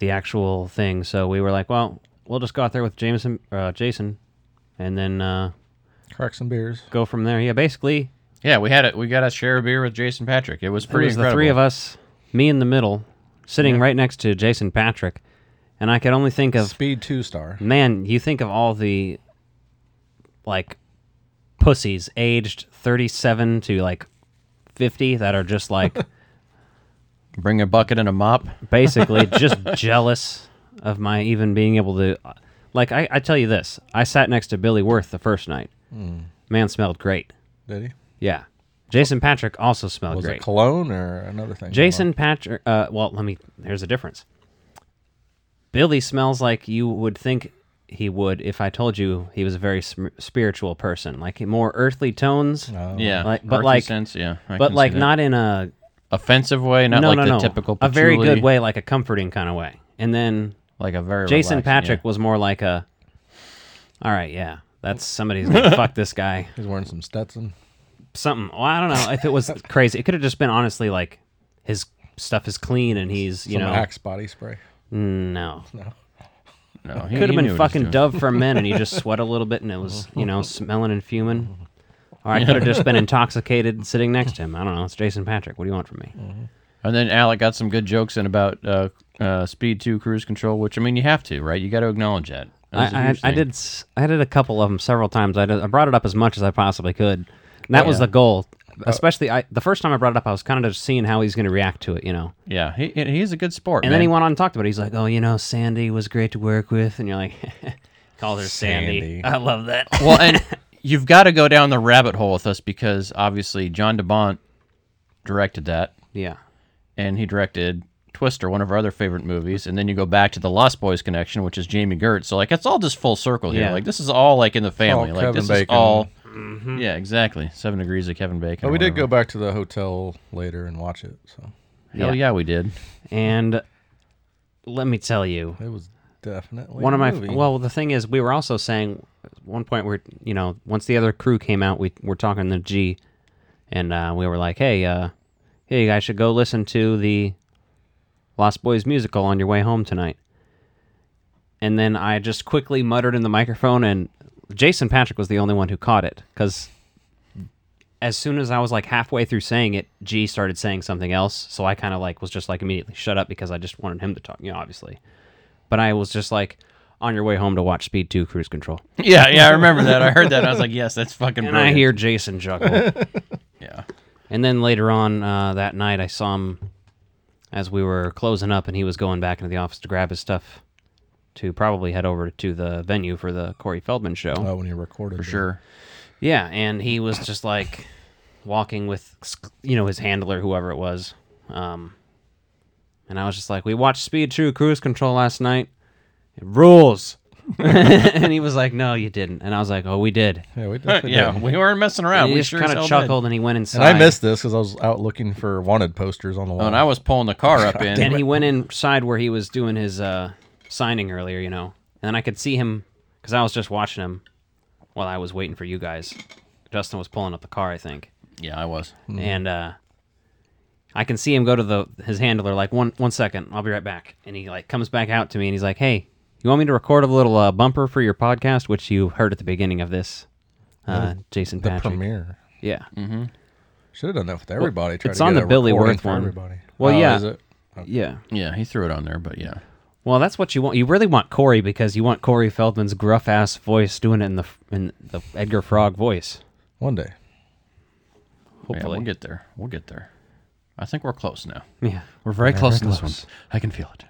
Speaker 11: the actual thing. So we were like, well, we'll just go out there with Jameson, uh, Jason, and then uh,
Speaker 12: crack some beers,
Speaker 11: go from there. Yeah, basically.
Speaker 10: Yeah, we had it. We got to share a beer with Jason Patrick. It was
Speaker 11: it
Speaker 10: pretty
Speaker 11: was the
Speaker 10: incredible.
Speaker 11: three of us, me in the middle, sitting
Speaker 10: Yeah.
Speaker 11: right next to Jason Patrick, and I could only think of
Speaker 12: Speed two star.
Speaker 11: Man, you think of all the like pussies aged 37 to like 50 that are just like
Speaker 10: bring a bucket and a mop
Speaker 11: basically just jealous of my even being able to like I, I tell you this i sat next to billy worth the first night
Speaker 12: Mm.
Speaker 11: man smelled great
Speaker 12: Did he?
Speaker 11: yeah jason patrick also smelled
Speaker 12: Was
Speaker 11: great
Speaker 12: it cologne or another thing?
Speaker 11: Jason Patrick. Uh, well, let me. Here's the difference. Billy smells like you would think he would if I told you he was a very sm- spiritual person, like more earthly tones.
Speaker 10: Yeah,
Speaker 11: Oh. like, but
Speaker 10: earthy
Speaker 11: like
Speaker 10: sense, yeah, Oh, I can
Speaker 11: but
Speaker 10: see
Speaker 11: like
Speaker 10: that.
Speaker 11: not in a
Speaker 10: offensive way, not
Speaker 11: no,
Speaker 10: like
Speaker 11: no,
Speaker 10: the
Speaker 11: no.
Speaker 10: typical
Speaker 11: a very
Speaker 10: patchouli.
Speaker 11: good way, like a comforting kind of way. And then
Speaker 10: like a very
Speaker 11: Jason
Speaker 10: relaxed,
Speaker 11: Patrick
Speaker 10: yeah.
Speaker 11: was more like a. All right, yeah, that's somebody's gonna fuck this guy.
Speaker 12: He's wearing some Stetson.
Speaker 11: something. Well, I don't know if it was crazy. It could have just been honestly like his stuff is clean and he's you
Speaker 12: Some
Speaker 11: know
Speaker 12: Axe body spray.
Speaker 11: No,
Speaker 12: No.
Speaker 10: No, he-
Speaker 11: could
Speaker 10: he
Speaker 11: have
Speaker 10: knew
Speaker 11: been
Speaker 10: what he was
Speaker 11: fucking
Speaker 10: doing.
Speaker 11: Dove for men, and he just sweat a little bit, and it was you know smelling and fuming. Or I could have just been intoxicated sitting next to him. I don't know. It's Jason Patrick. What do you want from me?
Speaker 10: And then Alec got some good jokes in about uh, uh, Speed Two cruise control, which I mean you have to, right? You got to acknowledge that. That was a
Speaker 11: I, I,
Speaker 10: huge
Speaker 11: I
Speaker 10: thing.
Speaker 11: did s- I did a couple of them several times. I, did, I brought it up as much as I possibly could. And that
Speaker 10: Oh,
Speaker 11: was
Speaker 10: yeah.
Speaker 11: the goal. Especially I, the first time I brought it up, I was kind of just seeing how he's going to react to it. You know.
Speaker 10: Yeah, he he- he's a good sport.
Speaker 11: And then he
Speaker 10: man.
Speaker 11: went on and talked about it. He's like, oh, you know, Sandy was great to work with. And you're like, called her Sandy.
Speaker 10: Sandy.
Speaker 11: I love that.
Speaker 10: well, and you've got to go down the rabbit hole with us because obviously John DeBont directed that.
Speaker 11: Yeah.
Speaker 10: And he directed Twister, one of our other favorite movies. And then you go back to the Lost Boys connection, which is Jamie Gertz. So, like, it's all just full circle here.
Speaker 12: Yeah.
Speaker 10: Like, this is all, like, in the family.
Speaker 12: all
Speaker 10: like,
Speaker 12: Kevin
Speaker 10: this is
Speaker 12: Bacon.
Speaker 10: all.
Speaker 11: Mm-hmm.
Speaker 10: Yeah, exactly. Seven Degrees of Kevin Bacon.
Speaker 12: But
Speaker 10: or
Speaker 12: we did go
Speaker 10: whatever.
Speaker 12: back to the hotel later and watch it. So
Speaker 10: Hell yeah, we did.
Speaker 11: And let me tell you,
Speaker 12: it was definitely
Speaker 11: one of
Speaker 12: a
Speaker 11: my
Speaker 12: movie.
Speaker 11: well the thing is we were also saying at one point we're you know once the other crew came out we were talking to g and uh, we were like hey uh hey you guys should go listen to the lost boys musical on your way home tonight and then i just quickly muttered in the microphone and jason patrick was the only one who caught it because as soon as i was like halfway through saying it g started saying something else so i kind of like was just like immediately shut up because i just wanted him to talk you know obviously but I was just like on your way home to watch Speed 2 Cruise Control.
Speaker 10: Yeah, yeah, I remember that. I heard that. I was like, yes, that's fucking
Speaker 11: And I
Speaker 10: brilliant.
Speaker 11: hear Jason juggle.
Speaker 10: yeah.
Speaker 11: And then later on uh, that night, I saw him as we were closing up, and he was going back into the office to grab his stuff to probably head over to the venue for the Corey Feldman show.
Speaker 12: Oh, when you recorded
Speaker 10: For
Speaker 12: the-
Speaker 10: sure.
Speaker 11: Yeah, and he was just like walking with, you know, his handler, whoever it was. Um, and I was just like, we watched Speed 2 Cruise Control last night. It rules. and he was like, no, you didn't. And I was like, oh, we did.
Speaker 12: Yeah, we
Speaker 10: definitely Yeah, did. we weren't messing around.
Speaker 11: He
Speaker 10: We
Speaker 11: just
Speaker 10: sure as
Speaker 11: kind
Speaker 10: hell
Speaker 11: of
Speaker 10: did.
Speaker 11: chuckled and he went
Speaker 12: And
Speaker 11: inside.
Speaker 12: I missed this because I was out looking for wanted posters
Speaker 11: Oh,
Speaker 12: on the wall.
Speaker 10: and I was pulling the car up in.
Speaker 11: And he went inside where he was doing his uh, signing earlier, you know. And then I could see him because I was just watching him while I was waiting for you guys. Dustin was pulling up the car, I think.
Speaker 10: Yeah, I was.
Speaker 12: Mhm.
Speaker 11: And uh, I can see him go to the his handler like one one second, I'll be right back. And he like comes back out to me and he's like, "Hey, you want me to record a little uh, bumper for your podcast, which you heard at the beginning of this, uh,
Speaker 12: The-
Speaker 11: Jason
Speaker 12: the
Speaker 11: Patrick
Speaker 12: premiere.
Speaker 11: Yeah.
Speaker 10: Mm-hmm.
Speaker 12: Should have done that with
Speaker 11: Well,
Speaker 12: everybody. tried
Speaker 11: it's
Speaker 12: to
Speaker 11: on
Speaker 12: get
Speaker 11: the
Speaker 12: a
Speaker 11: Billy
Speaker 12: recording
Speaker 11: Worth
Speaker 12: for
Speaker 11: one.
Speaker 12: Everybody.
Speaker 11: Well,
Speaker 12: Oh,
Speaker 11: yeah,
Speaker 12: is it?
Speaker 11: yeah,
Speaker 10: yeah. He threw it on there, but yeah.
Speaker 11: Well, that's what you want. You really want Corey because you want Corey Feldman's gruff ass voice doing it in the in the Edgar Frog voice.
Speaker 12: One day.
Speaker 10: Yeah,
Speaker 11: Hopefully.
Speaker 10: we'll get there. We'll get there. I think we're close now.
Speaker 11: Yeah.
Speaker 10: we're very
Speaker 11: We're
Speaker 10: close to
Speaker 11: very
Speaker 10: this
Speaker 11: close.
Speaker 10: one. I can feel it.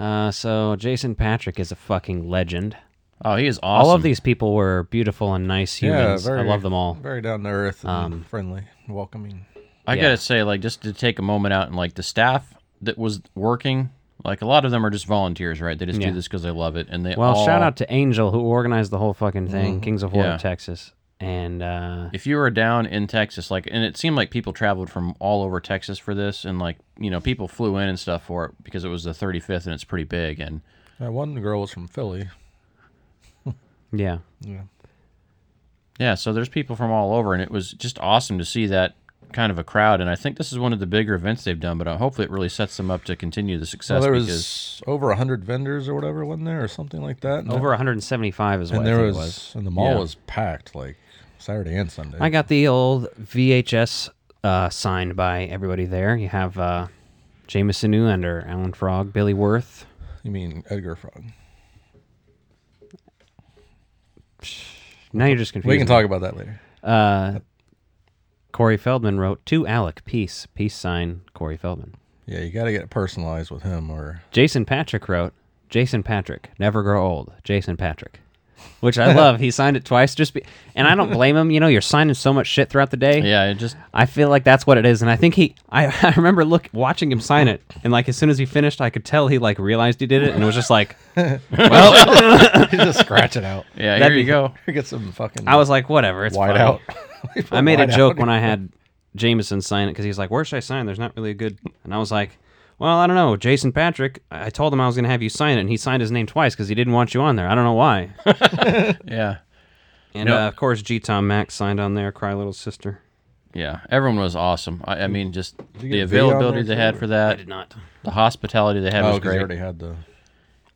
Speaker 11: Uh, so Jason Patrick is a fucking legend.
Speaker 10: Oh, he is
Speaker 11: All
Speaker 10: awesome.
Speaker 11: of these people were beautiful and nice humans. I love them all. Um,
Speaker 12: Very down to earth, and friendly, welcoming.
Speaker 10: I
Speaker 11: Yeah.
Speaker 10: gotta say, like, just to take a moment out and like the staff that was working, like a lot of them are just volunteers, right? They just
Speaker 11: Yeah.
Speaker 10: do this because they love it, and they
Speaker 11: Well,
Speaker 10: all-
Speaker 11: shout out to Angel who organized the whole fucking thing.
Speaker 10: Mhm.
Speaker 11: Kings of Horror,
Speaker 10: Yeah.
Speaker 11: Texas, and uh,
Speaker 10: If you were down in Texas, like, and it seemed like people traveled from all over Texas for this, and like, you know, people flew in and stuff for it because it was the 35th and it's pretty big, and
Speaker 12: That one girl was from Philly.
Speaker 11: yeah,
Speaker 12: Yeah.
Speaker 10: Yeah, so there's people from all over, and it was just awesome to see that kind of a crowd. And I think this is one of the bigger events they've done, but uh, hopefully it really sets them up to continue the
Speaker 12: Well,
Speaker 10: success.
Speaker 12: there
Speaker 10: because
Speaker 12: was over hundred vendors or whatever, wasn't there, or something like that? And
Speaker 11: over 175 is
Speaker 12: Mm-hmm. and
Speaker 11: what I
Speaker 12: there
Speaker 11: think
Speaker 12: was,
Speaker 11: it
Speaker 12: and the mall
Speaker 11: Yeah.
Speaker 12: was packed like Saturday and Sunday.
Speaker 11: I got the old VHS uh, signed by everybody there. You have uh, Jameson Newlander, Alan Frog, Billy Worth.
Speaker 12: You mean Edgar Frog?
Speaker 11: Now you're just confused.
Speaker 12: We can talk about that later.
Speaker 11: Uh, Corey Feldman wrote to Alec, peace, peace sign, Corey Feldman.
Speaker 12: Yeah, you got to get it personalized with him, or
Speaker 11: Jason Patrick wrote, Jason Patrick, never grow old, Jason Patrick. Which I love. he signed it twice, just be, and I don't blame him. You know, you're signing so much shit throughout the day.
Speaker 10: Yeah, it just.
Speaker 11: I feel like that's what it is, and I think he. I, I remember look watching him sign it, and like as soon as he finished, I could tell he like realized he did it, and was just like, well,
Speaker 12: You just scratch it out.
Speaker 10: Yeah,
Speaker 11: That'd
Speaker 10: here you
Speaker 11: be-
Speaker 10: go.
Speaker 12: get some fucking.
Speaker 11: I was like, whatever, it's
Speaker 12: White
Speaker 11: fine.
Speaker 12: out.
Speaker 11: I made a
Speaker 12: White out.
Speaker 11: joke when I had Jameson sign it because he's like, "Where should I sign? There's not really a good." And I was like, "Well, I don't know, Jason Patrick." I I told him I was going to have you sign it, and he signed his name twice because he didn't want you on there. I don't know why.
Speaker 10: yeah,
Speaker 11: And
Speaker 10: No.
Speaker 11: uh, of course, G. Tom Max signed on there. Cry little sister.
Speaker 10: yeah, everyone was awesome. I, I mean, just
Speaker 11: you
Speaker 10: the
Speaker 11: get video on
Speaker 10: availability
Speaker 11: there,
Speaker 10: they had
Speaker 11: too?
Speaker 10: for that.
Speaker 11: I did not.
Speaker 10: The hospitality they had
Speaker 12: Oh,
Speaker 10: was
Speaker 12: 'cause
Speaker 10: great.
Speaker 12: you already had the. Oh,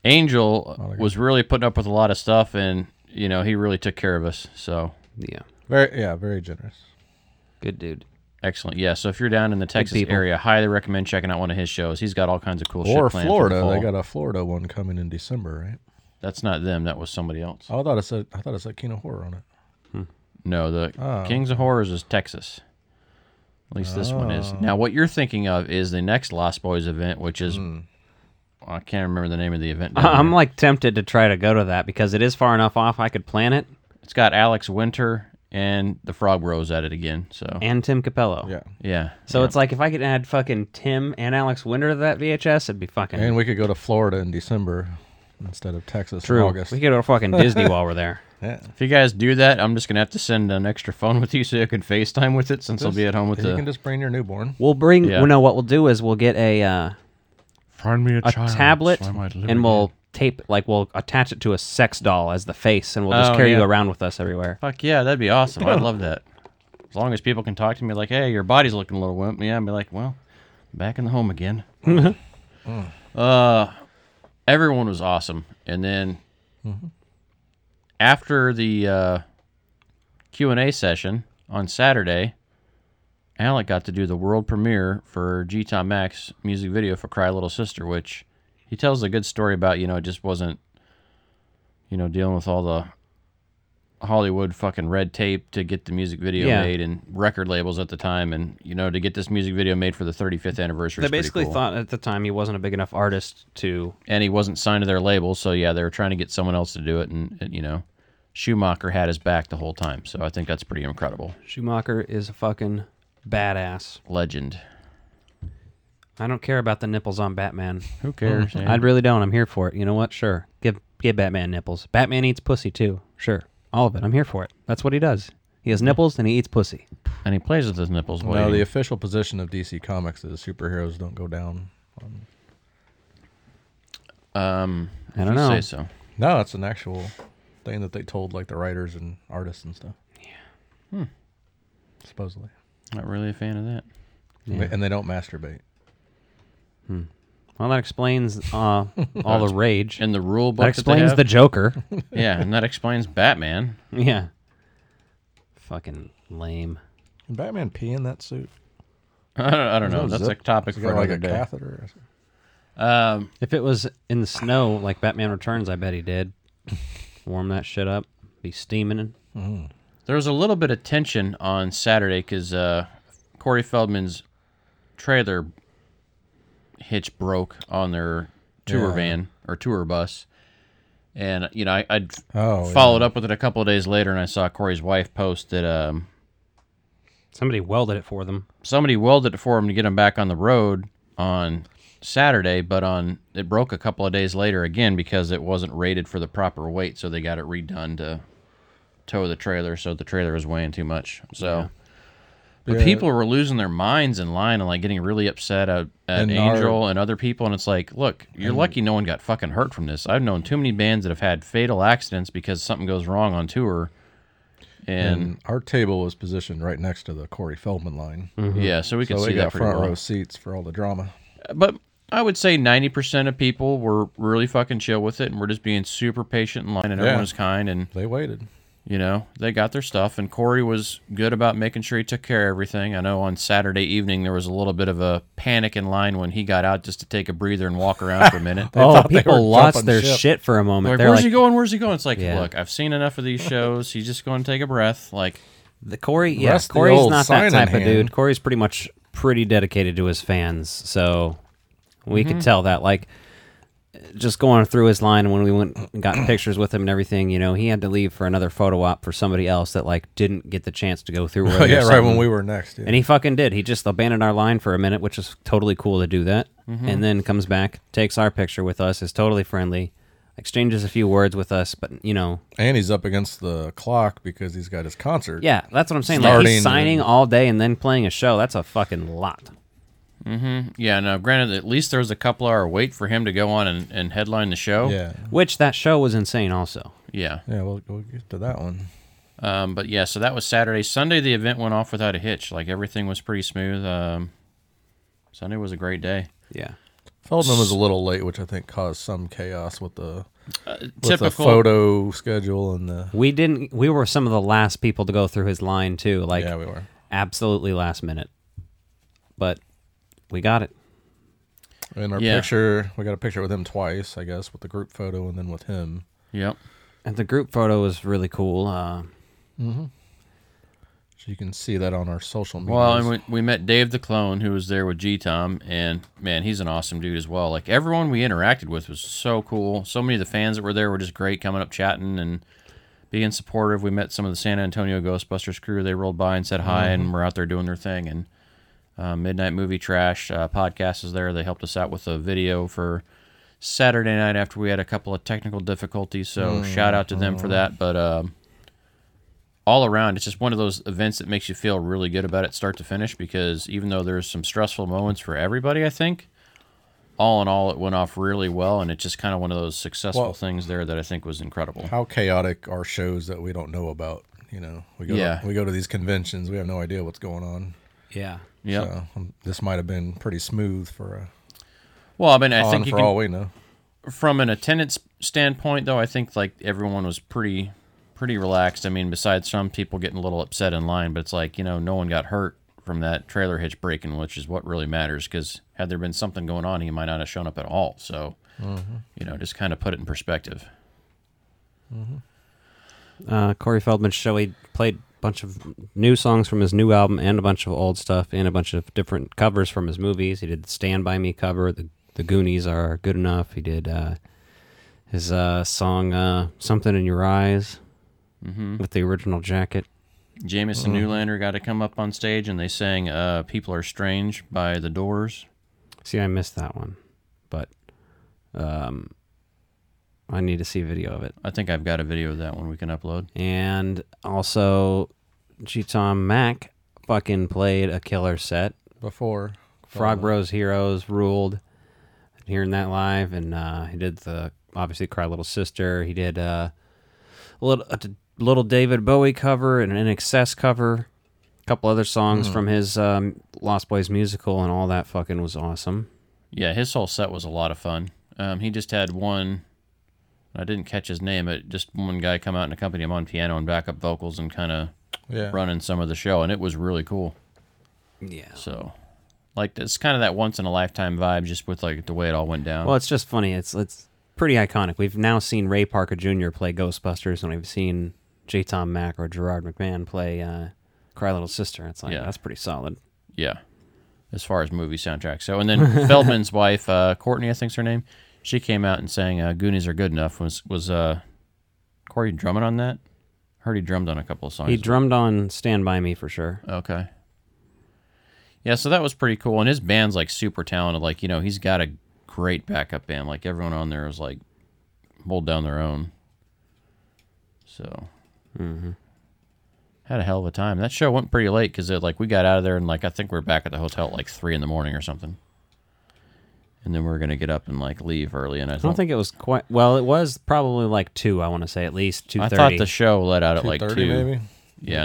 Speaker 10: Angel was really putting up with a lot of stuff, and you know, he really took care of us. So
Speaker 11: Yeah,
Speaker 12: Very yeah, very generous.
Speaker 11: good dude.
Speaker 10: Excellent. Yeah. So if you're down in the Texas
Speaker 11: people.
Speaker 10: area, highly recommend checking out one of his shows. He's got all kinds of cool shit.
Speaker 12: or
Speaker 10: planned for
Speaker 12: Florida,
Speaker 10: the
Speaker 12: they
Speaker 10: fall.
Speaker 12: got a Florida one coming in December, right?
Speaker 10: That's not them. That was somebody else.
Speaker 12: Oh, I thought it said I thought it said Kino Horror on it.
Speaker 10: No, the
Speaker 12: Oh.
Speaker 10: Kings of Horrors is Texas. At least this one is.
Speaker 12: Oh.
Speaker 10: Now, what you're thinking of is the next Lost Boys event, which is
Speaker 12: Hmm.
Speaker 10: I can't remember the name of the event. down
Speaker 11: I- I'm
Speaker 10: there.
Speaker 11: like tempted to try to go to that because it is far enough off I could plan it.
Speaker 10: It's got Alex Winter and the Frog Bros at it again. So
Speaker 11: And Tim Capello.
Speaker 12: Yeah.
Speaker 10: yeah.
Speaker 11: So
Speaker 10: yeah.
Speaker 11: it's like if I could add fucking Tim and Alex Winter to that VHS, it'd be fucking
Speaker 12: And we could go to Florida in December instead of Texas
Speaker 11: true.
Speaker 12: in August.
Speaker 11: We could go to fucking Disney while we're there.
Speaker 12: Yeah.
Speaker 10: if you guys do that, I'm just gonna have to send an extra phone with you so you can FaceTime with it, since I'll
Speaker 12: Just-
Speaker 10: be at home with
Speaker 12: You
Speaker 10: the.
Speaker 12: can just bring your newborn.
Speaker 11: We'll bring.
Speaker 10: Yeah.
Speaker 11: Well, no, what we'll do is we'll get a uh,
Speaker 10: Find me a,
Speaker 11: a
Speaker 10: child,
Speaker 11: tablet
Speaker 10: so I might live
Speaker 11: and we'll tape like we'll attach it to a sex doll as the face, and we'll just
Speaker 10: Oh,
Speaker 11: carry you
Speaker 10: yeah.
Speaker 11: around with us everywhere.
Speaker 10: Fuck yeah, that'd be awesome. I'd love that. As long as people can talk to me like, hey, your body's looking a little wimp. Yeah, I'd be like, well, back in the home again. uh, everyone was awesome. And then after the uh, Q&A session on Saturday, Alec got to do the world premiere for G Tom Max music video for Cry Little Sister, which he tells a good story about, you know, it just wasn't, you know, dealing with all the Hollywood fucking red tape to get the music video
Speaker 11: Yeah.
Speaker 10: made and record labels at the time. And, you know, to get this music video made for the 35th anniversary.
Speaker 11: They
Speaker 10: is pretty
Speaker 11: basically
Speaker 10: cool.
Speaker 11: thought at the time he wasn't a big enough artist to.
Speaker 10: And he wasn't signed to their label. So, yeah, they were trying to get someone else to do it. And, and, you know, Schumacher had his back the whole time. So I think that's pretty incredible.
Speaker 11: Schumacher is a fucking badass.
Speaker 10: Legend.
Speaker 11: I don't care about the nipples on Batman.
Speaker 10: Who cares,
Speaker 11: I
Speaker 10: man?
Speaker 11: really don't. I'm here for it. You know what? Sure. Give give Batman nipples. Batman eats pussy too. Sure. All of it. I'm here for it. That's what he does. He has nipples and he eats pussy.
Speaker 10: And he plays with his nipples.
Speaker 12: No,
Speaker 10: waiting.
Speaker 12: the official position of DC Comics is superheroes don't go down. On...
Speaker 10: Um,
Speaker 11: I
Speaker 10: if
Speaker 11: don't
Speaker 10: you
Speaker 11: know.
Speaker 10: Say so.
Speaker 12: No, it's an actual thing that they told like the writers and artists and stuff. Yeah.
Speaker 10: Hmm.
Speaker 12: Supposedly.
Speaker 10: Not really a fan of that.
Speaker 11: Yeah.
Speaker 12: And they don't masturbate.
Speaker 11: Well, that explains uh, all the rage.
Speaker 10: And the rule book
Speaker 11: That explains the Joker.
Speaker 10: yeah, and that explains Batman.
Speaker 11: yeah. Fucking lame.
Speaker 12: Can Batman pee in that suit?
Speaker 10: I don't, I don't
Speaker 12: There's
Speaker 10: know.
Speaker 12: no
Speaker 10: That's
Speaker 12: zip.
Speaker 10: a topic
Speaker 12: Has it
Speaker 10: for
Speaker 12: got, like
Speaker 10: another
Speaker 12: a
Speaker 10: day.
Speaker 12: catheter. or something?
Speaker 10: Um,
Speaker 11: if it was in the snow like Batman Returns, I bet he did. Warm that shit up. Be steaming.
Speaker 10: Mm. There was a little bit of tension on Saturday because uh, Corey Feldman's trailer hitch broke on their tour
Speaker 12: Yeah.
Speaker 10: van or tour bus. And, you know, I, I
Speaker 12: Oh,
Speaker 10: followed up with it a couple of days later and I saw Corey's wife post that um,
Speaker 11: Somebody welded it for them.
Speaker 10: somebody welded it for him to get him back on the road on Saturday, but on it broke a couple of days later again because it wasn't rated for the proper weight, so they got it redone to tow the trailer. So the trailer was weighing too much. So, but
Speaker 12: Yeah.
Speaker 10: people were losing their minds in line and like getting really upset at, at
Speaker 12: And
Speaker 10: Angel and other people, and it's like, look, you're
Speaker 12: And-
Speaker 10: lucky no one got fucking hurt from this. I've known too many bands that have had fatal accidents because something goes wrong on tour.
Speaker 12: And,
Speaker 10: And
Speaker 12: our table was positioned right next to the Corey Feldman line.
Speaker 10: Mhm. Yeah, so we could see
Speaker 12: hmm. got
Speaker 10: that pretty
Speaker 12: front
Speaker 10: well.
Speaker 12: row seats for all the drama.
Speaker 10: but I would say 90% of people were really fucking chill with it and we're just being super patient in line and
Speaker 12: Yeah.
Speaker 10: everyone was kind and
Speaker 12: they waited.
Speaker 10: You know, they got their stuff and Corey was good about making sure he took care of everything. I know on Saturday evening there was a little bit of a panic in line when he got out just to take a breather and walk around for a minute.
Speaker 11: They Oh, thought they people were lost jumping their ship. shit for a moment.
Speaker 10: Like,
Speaker 11: They're
Speaker 10: where's
Speaker 11: like-
Speaker 10: he going? Where's he going? It's like,
Speaker 11: Yeah.
Speaker 10: look, I've seen enough of these shows. He's just going to take a breath. Like
Speaker 11: the Corey, Yeah, Corey's not that type of dude. Corey's pretty much pretty dedicated to his fans, so we
Speaker 12: Mm-hmm.
Speaker 11: could
Speaker 10: Mhm.
Speaker 11: tell that. Like, just going through his line when we went and got pictures with him and everything, you know, he had to leave for another photo op for somebody else that like didn't get the chance to go through. with
Speaker 12: Oh,
Speaker 11: it or
Speaker 12: yeah, right when
Speaker 11: something.
Speaker 12: we were next, yeah.
Speaker 11: and he fucking did. He just abandoned our line for a minute, which is totally cool to do that,
Speaker 12: Mhm.
Speaker 11: and then comes back, takes our picture with us, is totally friendly. Exchanges a few words with us, but you know,
Speaker 12: And he's up against the clock because he's got his concert.
Speaker 11: yeah, that's what I'm saying. like
Speaker 12: Starting
Speaker 11: he's signing all day and then playing a show. That's a fucking lot.
Speaker 10: Mm-hmm. Yeah, no, granted, at least there was a couple hour wait for him to go on and, and headline the show.
Speaker 11: Which that show was insane also.
Speaker 10: Yeah.
Speaker 12: Yeah, we'll, we'll get to that one.
Speaker 10: Um, but yeah, so that was Saturday. Sunday, the event went off without a hitch. Like everything was pretty smooth. Um, Sunday was a great day.
Speaker 11: Yeah.
Speaker 12: Feldman was a little late, which I think caused some chaos with the, with the
Speaker 10: Uh, typical-
Speaker 12: photo schedule and the.
Speaker 11: We didn't we were some of the last people to go through his line too. Like
Speaker 12: Yeah, we were.
Speaker 11: Absolutely last minute. But we got it.
Speaker 12: And our
Speaker 11: Yeah.
Speaker 12: picture, we got a picture with him twice, I guess, with the group photo and then with him.
Speaker 10: Yep.
Speaker 11: And the group photo was really cool. Uh,
Speaker 12: Mm-hmm. So you can see that on our social media.
Speaker 10: Well, and we, we met Dave the Clone, who was there with G Tom, and man, he's an awesome dude as well. Like everyone we interacted with was so cool. So many of the fans that were there were just great, coming up, chatting, and being supportive. We met some of the San Antonio Ghostbusters crew. They rolled by and said hi, and we're out there doing their thing. And uh, Midnight Movie Trash uh, podcast is there. They helped us out with a video for Saturday night after we had a couple of technical difficulties. So
Speaker 12: Mm.
Speaker 10: shout out to them for
Speaker 12: Mm.
Speaker 10: that. But um, all around, it's just one of those events that makes you feel really good about it, start to finish. Because even though there's some stressful moments for everybody, I think all in all, it went off really well, and it's just kind of one of those successful
Speaker 12: Well-
Speaker 10: things there that I think was incredible.
Speaker 12: how chaotic are shows that we don't know about? You know, we go
Speaker 10: Yeah.
Speaker 12: to, we go to these conventions, we have no idea what's going on.
Speaker 11: Yeah.
Speaker 10: Yep.
Speaker 12: So, um, this might have been pretty smooth for a.
Speaker 10: Well, I mean, I
Speaker 12: con
Speaker 10: think
Speaker 12: for
Speaker 10: you can,
Speaker 12: all we know.
Speaker 10: From an attendance standpoint, though, I think like everyone was pretty, pretty relaxed. I mean, besides some people getting a little upset in line, but it's like you know, no one got hurt from that trailer hitch breaking, which is what really matters. Because had there been something going on, he might not have shown up at all. So,
Speaker 12: Mhm.
Speaker 10: you know, just kind of put it in perspective.
Speaker 11: uh, Corey Feldman's show he played a bunch of new songs from his new album and a bunch of old stuff and a bunch of different covers from his movies. He did the Stand By Me cover, the the Goonies are good enough. He did uh, his uh, song uh, Something in Your Eyes
Speaker 10: Mhm.
Speaker 11: with the original jacket.
Speaker 10: Jamison
Speaker 11: Mm.
Speaker 10: Newlander got to come up on stage, and they sang uh, "People Are Strange" by The Doors.
Speaker 11: See, I missed that one, but um, I need to see a video of it.
Speaker 10: I think I've got a video of that one we can upload.
Speaker 11: And also, G Tom Mac fucking played a killer set
Speaker 12: before
Speaker 11: Frog Bros Heroes ruled. Hearing that live, and uh, he did the obviously Cry Little Sister. He did uh, a little a d- little David Bowie cover and an Excess cover, a couple other songs
Speaker 10: Hmm.
Speaker 11: from his um, Lost Boys musical, and all that fucking was awesome.
Speaker 10: Yeah, his whole set was a lot of fun. Um, he just had one. I didn't catch his name, but just one guy come out and accompany him on piano and backup vocals and kind of
Speaker 12: Yeah.
Speaker 10: running some of the show, and it was really cool.
Speaker 11: Yeah.
Speaker 10: So Like it's kind of that once in a lifetime vibe, just with like the way it all went down.
Speaker 11: Well, it's just funny. It's it's pretty iconic. We've now seen Ray Parker Jr. play Ghostbusters, and we've seen J. Tom Mack or Gerard McMahon play uh, Cry Little Sister. It's like
Speaker 10: Yeah.
Speaker 11: that's pretty solid.
Speaker 10: yeah, as far as movie soundtrack. So, and then Feldman's wife, uh, Courtney, I think's her name. She came out and sang uh, "Goonies Are Good Enough." Was was uh, Corey drumming on that? Heard he drummed on a couple of songs.
Speaker 11: He drummed on "Stand by Me" for sure.
Speaker 10: Okay. Yeah, so that was pretty cool. And his band's like super talented. Like, you know, he's got a great backup band. Like everyone on there is like hold down their own. So had a hell of a time. That show went pretty late because like we got out of there and like I think we are back at the hotel at like three in the morning or something. And then we are gonna get up and like leave early. And I,
Speaker 11: I don't think it was quite. Well, it was probably like two. I want to say at least two
Speaker 10: I
Speaker 11: thirty.
Speaker 10: thought the show let out at like
Speaker 12: 2:30
Speaker 10: two.
Speaker 12: maybe?
Speaker 10: Yeah,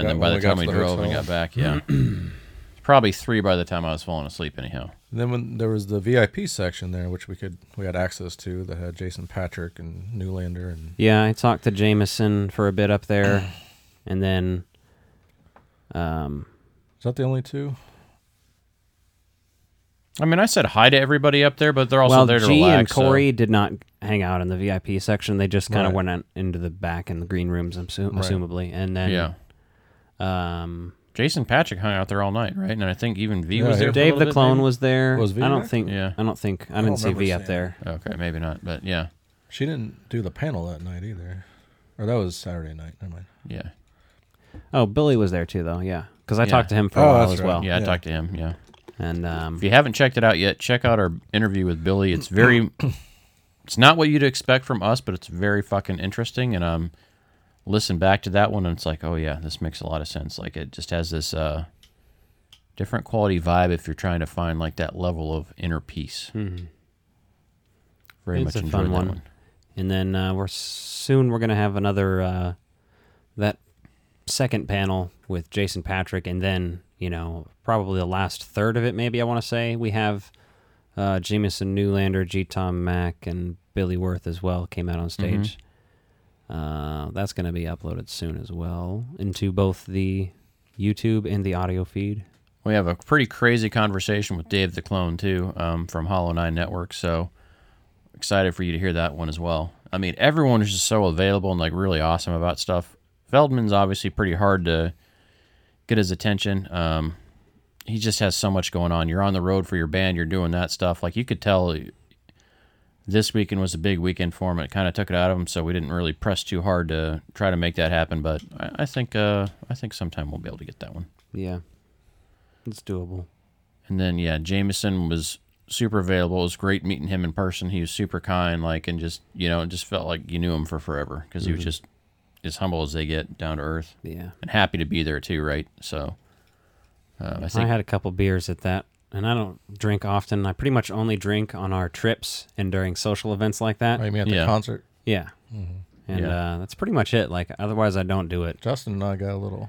Speaker 12: We
Speaker 10: and then
Speaker 12: got- when
Speaker 10: by the
Speaker 12: we got
Speaker 10: time we
Speaker 12: to the
Speaker 10: drove and
Speaker 12: hotel.
Speaker 10: got back, yeah, It's probably three by the time I was falling asleep. Anyhow,
Speaker 12: And then when there was the VIP section there, which we could we had access to, that had Jason Patrick and Newlander and
Speaker 11: Yeah, I talked to Jameson for a bit up there, and then. Um,
Speaker 12: is that the only two?
Speaker 10: I mean, I said hi to everybody up there, but they're also
Speaker 11: well,
Speaker 10: there to
Speaker 11: G
Speaker 10: relax.
Speaker 11: and
Speaker 10: so-
Speaker 11: Corey did not hang out in the VIP section. They just kind of
Speaker 10: Right.
Speaker 11: went out into the back in the green rooms, I'm assu-
Speaker 10: Right.
Speaker 11: assumably, and then
Speaker 10: Yeah.
Speaker 11: um,
Speaker 10: Jason Patrick hung out there all night, right? And I think even V
Speaker 11: Yeah,
Speaker 10: was
Speaker 11: he-
Speaker 10: there. for a
Speaker 11: Dave
Speaker 10: little
Speaker 11: the
Speaker 10: bit,
Speaker 11: Clone
Speaker 10: maybe?
Speaker 11: was there. Was V I don't there? think-
Speaker 10: Yeah.
Speaker 11: I don't think- I I didn't don't see remember V up seeing there.
Speaker 10: Okay, maybe not, but yeah,
Speaker 12: She didn't do the panel that night either, or that was Saturday night. Never mind.
Speaker 10: yeah.
Speaker 11: Oh, Billy was there too, though. Yeah, because I
Speaker 10: Yeah.
Speaker 11: talked to him for a
Speaker 10: Oh,
Speaker 11: while
Speaker 10: that's
Speaker 11: as
Speaker 10: right.
Speaker 11: well.
Speaker 10: Yeah, I talked to him. Yeah.
Speaker 11: And um,
Speaker 10: if you haven't checked it out yet, check out our interview with Billy. It's very, it's not what you'd expect from us, but it's very fucking interesting. And um, listen back to that one, and it's like, oh yeah, this makes a lot of sense. Like it just has this uh, different quality vibe if you're trying to find like that level of inner peace. Very
Speaker 11: Mm-hmm. it's
Speaker 10: much
Speaker 11: a
Speaker 10: enjoyed
Speaker 11: fun
Speaker 10: that
Speaker 11: one.
Speaker 10: one.
Speaker 11: And then uh, we're soon we're gonna have another uh, that second panel with Jason Patrick, and then you know probably the last third of it, maybe I want to say we have uh, Jamison Newlander, G. Tom Mack, and Billy Worth as well came out on stage. Uh, that's gonna be uploaded soon as well into both the YouTube and the audio feed.
Speaker 10: We have a pretty crazy conversation with Dave the Clone too, um, from Hollow Nine Network. So excited for you to hear that one as well. I mean, everyone is just so available and like really awesome about stuff. Feldman's obviously pretty hard to get his attention. Um, he just has so much going on. You're on the road for your band. You're doing that stuff. Like you could tell, this weekend was a big weekend for him. It kind of took it out of him, so we didn't really press too hard to try to make that happen. But I, I think uh, I think sometime we'll be able to get that one.
Speaker 11: Yeah, it's doable.
Speaker 10: And then yeah, Jameson was super available. It was great meeting him in person. He was super kind, like, and just you know, it just felt like you knew him for forever because he was
Speaker 11: Mhm.
Speaker 10: just as humble as they get, down to earth.
Speaker 11: Yeah.
Speaker 10: and happy to be there too, right? So, uh, I
Speaker 11: I,
Speaker 10: think
Speaker 11: had a couple beers at that, and I don't drink often. I pretty much only drink on our trips and during social events like that.
Speaker 12: Oh, you mean at the Yeah. concert?
Speaker 11: Yeah,
Speaker 12: Mhm.
Speaker 11: and
Speaker 12: Yeah.
Speaker 11: Uh, that's pretty much it. Like otherwise, I don't do it.
Speaker 12: Justin and I got a little.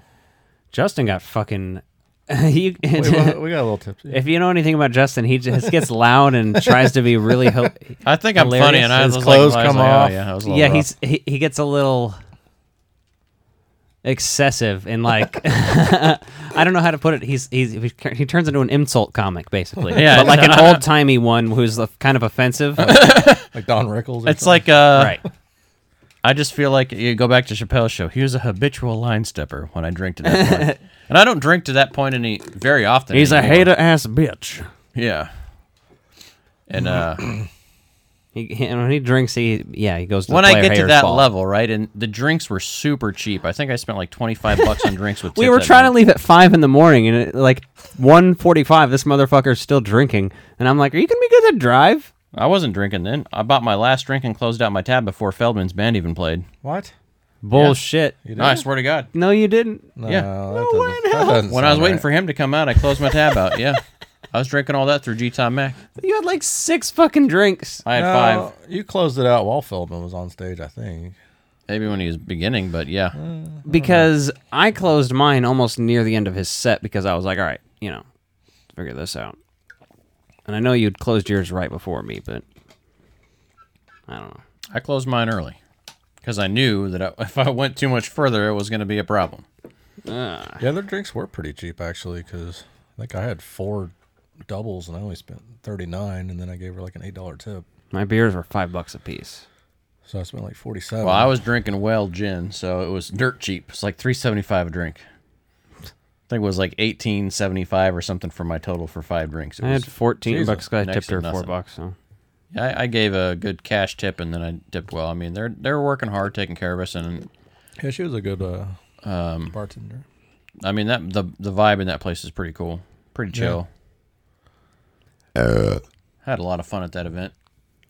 Speaker 11: Justin got fucking. you,
Speaker 12: Wait, what? We got a little tipsy.
Speaker 11: If you know anything about Justin, he just gets loud and tries to be really. Ho-
Speaker 10: I think I'm funny,
Speaker 11: hilarious.
Speaker 10: and I
Speaker 11: His
Speaker 10: was
Speaker 11: clothes
Speaker 10: like, I was
Speaker 11: come
Speaker 10: like, oh,
Speaker 11: off.
Speaker 10: yeah, I was a little
Speaker 11: yeah,
Speaker 10: rough.
Speaker 11: he's he, he gets a little excessive and like I don't know how to put it. He's he's he turns into an insult comic basically.
Speaker 10: Yeah,
Speaker 11: but like an
Speaker 10: it's-
Speaker 11: old timey one who's uh, kind of offensive.
Speaker 12: like Don Rickles.
Speaker 10: It's like uh,
Speaker 11: right.
Speaker 10: I just feel like you go back to Chappelle's show. He was a habitual line stepper when I drink to that point, and I don't drink to that point any very often.
Speaker 11: He's a
Speaker 10: anymore.
Speaker 11: hater ass bitch.
Speaker 10: Yeah, and uh,
Speaker 11: He, he- and when he drinks, he yeah he goes to
Speaker 10: when
Speaker 11: the
Speaker 10: I
Speaker 11: player
Speaker 10: get to
Speaker 11: haters
Speaker 10: that
Speaker 11: ball.
Speaker 10: level, right, and the drinks were super cheap. I think I spent like twenty five bucks on drinks with.
Speaker 11: We
Speaker 10: tips
Speaker 11: were
Speaker 10: that
Speaker 11: trying to leave at five in the morning, and it, like one forty-five, this motherfucker's still drinking, and I'm like, "Are you gonna be good to drive?"
Speaker 10: night. I wasn't drinking then. I bought my last drink and closed out my tab before Feldman's band even played.
Speaker 12: What?
Speaker 11: Bullshit.
Speaker 10: You No, I did? swear to God.
Speaker 11: No, you didn't.
Speaker 10: yeah. when I was waiting for him to come out, I closed my tab out. Yeah, I was drinking all that through G Time Mac.
Speaker 11: You had like six fucking drinks.
Speaker 10: I had five.
Speaker 12: You closed it out while Feldman was on stage, I think. Mm.
Speaker 10: Maybe when he was beginning, but yeah.
Speaker 11: because I closed mine almost near the end of his set because I was like, all right, you know, figure this out. And I know you'd closed yours right before me, but I don't know.
Speaker 10: I closed mine early because I knew that I, if I went too much further, it was going to be a problem.
Speaker 12: yeah, their drinks were pretty cheap actually, because I think I had four doubles, and I only spent thirty nine, and then I gave her like an eight dollar tip.
Speaker 11: My beers were five bucks a piece.
Speaker 12: So I spent like forty seven.
Speaker 10: Well, I was drinking well gin, so it was dirt cheap. It's like three seventy five a drink. I think it was like eighteen seventy five or something for my total for five drinks. It
Speaker 11: I
Speaker 10: was
Speaker 11: had 14
Speaker 10: Jesus,
Speaker 11: bucks 'cause I
Speaker 10: next
Speaker 11: tipped
Speaker 10: to
Speaker 11: her four
Speaker 10: nothing.
Speaker 11: bucks, so.
Speaker 10: Yeah, I, I gave a good cash tip and then I tipped well. I mean, they're they're working hard, taking care of us, and
Speaker 12: yeah, she was a good uh,
Speaker 10: um,
Speaker 12: bartender.
Speaker 10: I mean that the the vibe in that place is pretty cool, pretty
Speaker 12: Yeah.
Speaker 10: chill. Had a lot of fun at that event.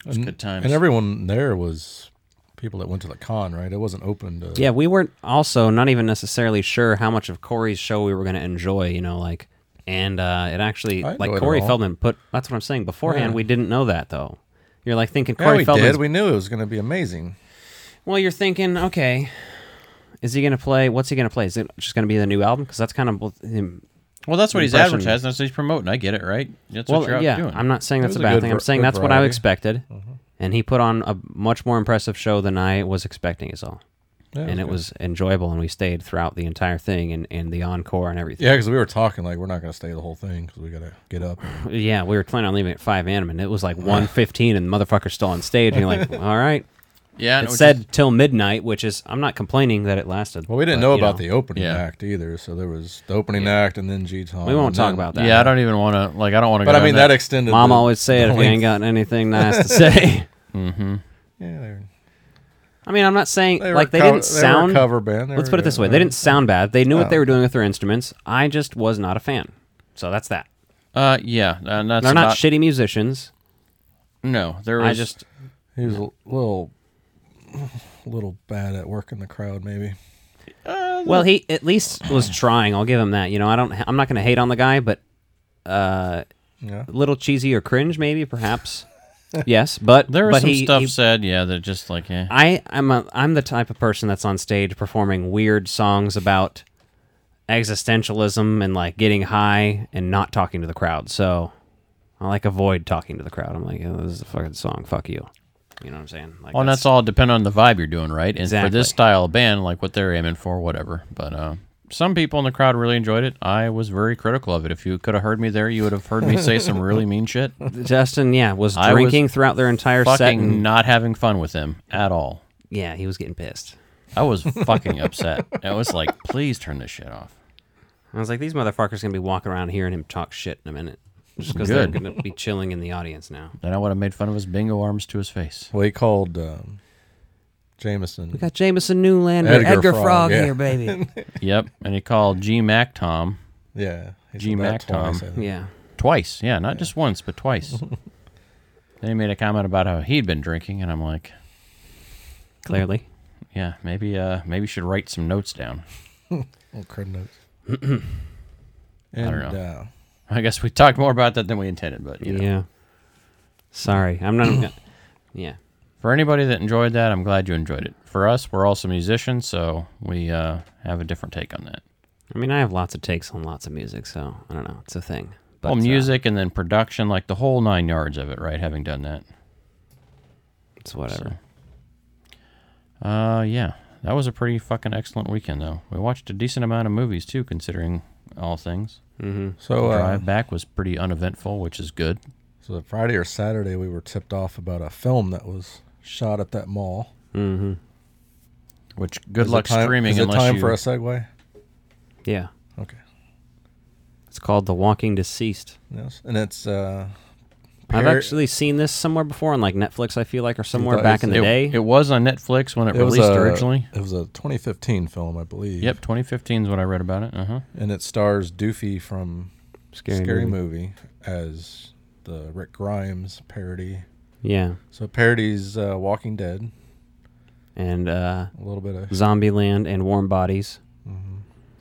Speaker 10: It was
Speaker 12: and,
Speaker 10: good times.
Speaker 12: And everyone there was people that went to the con, right? It wasn't open to.
Speaker 11: Yeah, we weren't also not even necessarily sure how much of Corey's show we were going to enjoy, you know, like, and uh, it actually,
Speaker 12: I
Speaker 11: like,
Speaker 12: enjoyed it
Speaker 11: Corey
Speaker 12: all.
Speaker 11: Feldman put, that's what I'm saying. Beforehand,
Speaker 12: Yeah.
Speaker 11: we didn't know that, though. You're like thinking
Speaker 12: Yeah,
Speaker 11: Corey
Speaker 12: we
Speaker 11: Feldman's
Speaker 12: did. We knew it was going to be amazing.
Speaker 11: Well, you're thinking, okay, is he going to play? What's he going to play? Is it just going to be the new album? Because that's kind of both him.
Speaker 10: Well, that's what he's
Speaker 11: impression-
Speaker 10: advertising. That's what he's promoting. I get it, right? That's
Speaker 11: well,
Speaker 10: what you're out
Speaker 11: yeah,
Speaker 10: doing.
Speaker 11: I'm not saying
Speaker 10: It
Speaker 11: that's a
Speaker 10: was
Speaker 11: bad
Speaker 10: good
Speaker 11: thing.
Speaker 10: var-
Speaker 11: I'm saying
Speaker 10: good
Speaker 11: that's what I
Speaker 10: variety.
Speaker 11: expected,
Speaker 12: Mm-hmm.
Speaker 11: and he put on a much more impressive show than I was expecting. Is all,
Speaker 12: Yeah, it
Speaker 11: and
Speaker 12: was
Speaker 11: it
Speaker 12: good.
Speaker 11: was enjoyable, and we stayed throughout the entire thing, and, and the encore and everything.
Speaker 12: Yeah, because we were talking like we're not going to stay the whole thing because we got to get up. and-
Speaker 11: Yeah, we were planning on leaving at five a.m. and it was like one fifteen, and the motherfucker's still on stage. And you're like, all right.
Speaker 10: Yeah,
Speaker 11: it
Speaker 10: which
Speaker 11: said till midnight, which is I'm not complaining that it lasted.
Speaker 12: well, we didn't
Speaker 11: but,
Speaker 12: know
Speaker 11: you
Speaker 12: about the opening
Speaker 11: Yeah.
Speaker 12: act either, so there was the opening act and then G Tom.
Speaker 11: We won't talk about that. Yeah, I
Speaker 10: I don't even want to. Like, I don't want to.
Speaker 12: But I mean, that, extended.
Speaker 11: Mom
Speaker 12: the-
Speaker 11: always say it if
Speaker 12: the
Speaker 11: you ain't
Speaker 12: length.
Speaker 11: got anything nice to say. mm-hmm.
Speaker 12: Yeah, they were-
Speaker 11: I mean, I'm not saying
Speaker 12: They were
Speaker 11: like they
Speaker 12: co-
Speaker 11: didn't
Speaker 12: they were a
Speaker 11: sound
Speaker 12: cover band. They
Speaker 11: let's
Speaker 12: were
Speaker 11: put it this
Speaker 12: good,
Speaker 11: way:
Speaker 12: yeah.
Speaker 11: they didn't sound bad. They knew what
Speaker 12: Oh.
Speaker 11: they were doing with their instruments. I just was not a fan. So that's that.
Speaker 10: Uh, yeah, and that's
Speaker 11: They're not
Speaker 10: about-
Speaker 11: shitty musicians.
Speaker 10: No, there
Speaker 11: I
Speaker 10: was
Speaker 11: just
Speaker 12: He was a little, little bad at working the crowd, maybe.
Speaker 10: Uh,
Speaker 11: well, he at least was trying. I'll give him that. You know, I don't. I'm not going to hate on the guy, but uh,
Speaker 12: Yeah.
Speaker 11: a little cheesy or cringe, maybe perhaps. yes, but
Speaker 10: there was
Speaker 11: but
Speaker 10: some
Speaker 11: he-
Speaker 10: stuff
Speaker 11: he
Speaker 10: said. Yeah, that just like eh. yeah.
Speaker 11: I I'm a, I'm the type of person that's on stage performing weird songs about existentialism and like getting high and not talking to the crowd. So I like avoid talking to the crowd. I'm like, oh, this is a fucking song. Fuck you. You know what I'm saying? Like,
Speaker 10: well, and that's all depend on the vibe you're doing, right? And for
Speaker 11: Exactly.
Speaker 10: this style of band, like what they're aiming for, whatever. But uh, some people in the crowd really enjoyed it. I was very critical of it. If you could have heard me there, you would have heard me say some really mean shit.
Speaker 11: Justin, yeah, was
Speaker 10: I
Speaker 11: drinking throughout their entire
Speaker 10: fucking
Speaker 11: set and-
Speaker 10: not having fun with him at all.
Speaker 11: Yeah, he was getting pissed.
Speaker 10: I was fucking upset. I was like, please turn this shit off.
Speaker 11: I was like, these motherfuckers gonna be walking around hearing him talk shit in a minute, just because they're
Speaker 10: Good.
Speaker 11: gonna be chilling in the audience now.
Speaker 10: Then I would have made fun of his bingo arms to his face.
Speaker 12: Well, he called um, Jameson.
Speaker 11: We got Jameson Newlander,
Speaker 12: Edgar
Speaker 11: Edgar,
Speaker 12: Frog,
Speaker 11: Frog,
Speaker 12: yeah.
Speaker 11: here, baby.
Speaker 10: yep, and he called G Mac Tom.
Speaker 12: Yeah, he said
Speaker 10: G Mac
Speaker 12: that twice,
Speaker 10: Tom.
Speaker 12: I think.
Speaker 11: Yeah.
Speaker 10: twice. Yeah, not just once, but twice. then he made a comment about how he'd been drinking, and I'm like,
Speaker 11: Clearly.
Speaker 10: yeah, maybe, uh, maybe you should write some notes down.
Speaker 12: Little crud notes.
Speaker 10: I
Speaker 12: And,
Speaker 10: don't know.
Speaker 12: uh,
Speaker 10: I guess we talked more about that than we intended, but you know.
Speaker 11: Yeah. Sorry, I'm not. yeah.
Speaker 10: For anybody that enjoyed that, I'm glad you enjoyed it. For us, we're also musicians, so we uh, have a different take on that.
Speaker 11: I mean, I have lots of takes on lots of music, so I don't know. It's a thing. But
Speaker 10: well,
Speaker 11: uh,
Speaker 10: music and then production, like the whole nine yards of it, right? Having done that.
Speaker 11: It's whatever.
Speaker 10: Uh, yeah. That was a pretty fucking excellent weekend, though. We watched a decent amount of movies, too, considering all things.
Speaker 11: Mm-hmm.
Speaker 12: So,
Speaker 10: the
Speaker 12: uh,
Speaker 10: drive back was pretty uneventful, which is good.
Speaker 12: So Friday or Saturday, we were tipped off about a film that was shot at that mall.
Speaker 11: Mm-hmm.
Speaker 10: Which
Speaker 12: Is
Speaker 10: good
Speaker 12: it
Speaker 10: luck
Speaker 12: time-
Speaker 10: streaming
Speaker 12: Is it
Speaker 10: unless
Speaker 12: time
Speaker 10: you
Speaker 12: for a segue?
Speaker 11: Yeah.
Speaker 12: Okay.
Speaker 11: It's called The Walking Deceased.
Speaker 12: Yes, and it's. Uh,
Speaker 11: I've
Speaker 12: Perry-
Speaker 11: actually seen this somewhere before on like Netflix, I feel like, or somewhere
Speaker 12: thought
Speaker 11: back
Speaker 12: you
Speaker 11: in the
Speaker 12: said-
Speaker 11: day.
Speaker 10: It was on Netflix when it,
Speaker 12: was
Speaker 10: released
Speaker 12: a-
Speaker 10: originally.
Speaker 12: It was a 2015 film, I believe.
Speaker 10: Yep, 2015 is what I read about it. Uh huh.
Speaker 12: And it stars Doofy from
Speaker 11: Scary
Speaker 12: movie. as the Rick Grimes parody.
Speaker 11: Yeah.
Speaker 12: So parodies uh, Walking Dead.
Speaker 11: And uh,
Speaker 12: A little bit of
Speaker 11: Zombieland and Warm Bodies.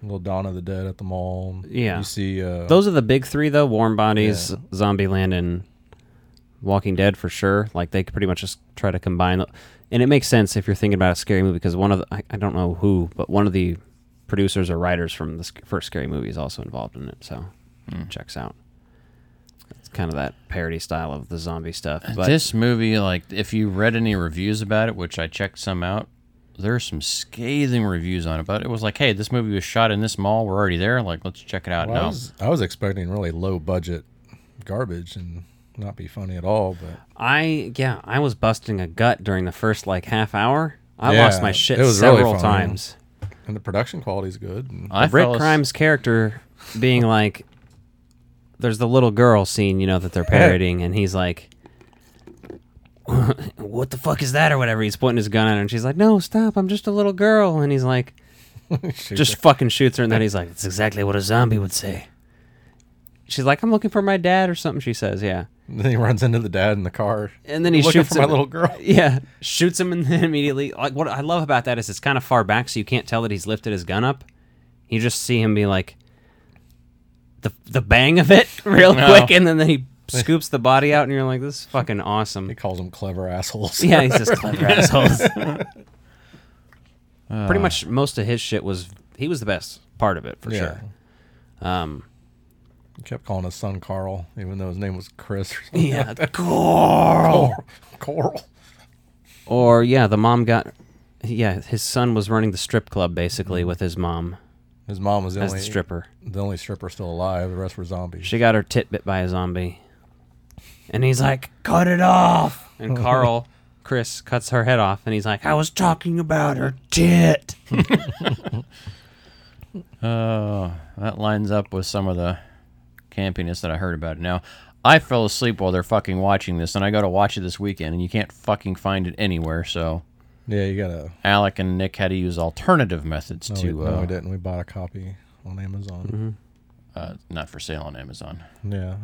Speaker 12: little Dawn of the Dead at the mall.
Speaker 11: Yeah.
Speaker 12: You see uh,
Speaker 11: Those are the big three, though: Warm Bodies,
Speaker 12: Yeah.
Speaker 11: Zombieland, and Walking Dead for sure. Like they could pretty much just try to combine, the, and it makes sense if you're thinking about a scary movie because one of the I, I don't know who, but one of the producers or writers from the sc- first scary movie is also involved in it. So
Speaker 12: Hmm.
Speaker 11: checks out. It's kind of that parody style of the zombie stuff. But
Speaker 10: this movie, like, if you read any reviews about it, which I checked some out, there's some scathing reviews on it. But it was like, hey, this movie was shot in this mall. We're already there. Like, let's check it out
Speaker 12: Well, I,
Speaker 10: now. Uh,
Speaker 12: was, I was expecting really low budget, garbage and not be funny at all. But
Speaker 11: I yeah, I was busting a gut during the first like half hour. I
Speaker 12: Yeah,
Speaker 11: lost my shit
Speaker 12: it was really
Speaker 11: several
Speaker 12: funny.
Speaker 11: times.
Speaker 12: And the production quality's good. And
Speaker 11: I Rick Grimes' character being like, there's the little girl scene, you know, that they're parodying, and he's like, "What the fuck is that?" or whatever. He's pointing his gun at her, and she's like, "No, stop! I'm just a little girl." And he's like,
Speaker 12: Shoot
Speaker 11: just
Speaker 12: her.
Speaker 11: fucking shoots her, and then he's like, "That's exactly what a zombie would say." She's like, "I'm looking for my dad" or something. She says, "Yeah."
Speaker 12: And then he runs into the dad in the car.
Speaker 11: and then he
Speaker 12: Looking
Speaker 11: shoots
Speaker 12: for my
Speaker 11: him-
Speaker 12: little girl.
Speaker 11: Yeah, shoots him and then immediately. Like what I love about that is it's kind of far back, so you can't tell that he's lifted his gun up. You just see him be like the the bang of it real
Speaker 12: No.
Speaker 11: quick, and then, then he scoops the body out, and you're like, "This is fucking awesome." He
Speaker 12: calls them clever assholes.
Speaker 11: Yeah, he's just clever assholes. Pretty
Speaker 10: Uh.
Speaker 11: much most of his shit was he was the best part of it for
Speaker 12: Yeah.
Speaker 11: sure. Um,
Speaker 12: He kept calling his son Carl, even though his name was Chris. Or something
Speaker 11: Yeah,
Speaker 12: like that.
Speaker 11: Carl.
Speaker 12: Carl.
Speaker 11: Or yeah, the mom got yeah, his son was running the strip club basically with his mom.
Speaker 12: His mom was the
Speaker 11: As the
Speaker 12: only
Speaker 11: stripper.
Speaker 12: The only stripper still alive. The rest were zombies.
Speaker 11: She got her tit bit by a zombie. And he's like, "Cut it off." And
Speaker 12: Oh.
Speaker 11: Carl Chris cuts her head off and he's like, "I was talking about her tit."
Speaker 10: Oh, that lines up with some of the campiness that I heard about it. Now, I fell asleep while they're fucking watching this, and I got to watch it this weekend, and you can't fucking find it anywhere. So,
Speaker 12: Yeah, you gotta.
Speaker 10: Alec and Nick had to use alternative methods
Speaker 12: No,
Speaker 10: to.
Speaker 12: we,
Speaker 10: uh,
Speaker 12: no, we didn't. We bought a copy on Amazon.
Speaker 10: uh, not for sale on Amazon.
Speaker 12: Yeah,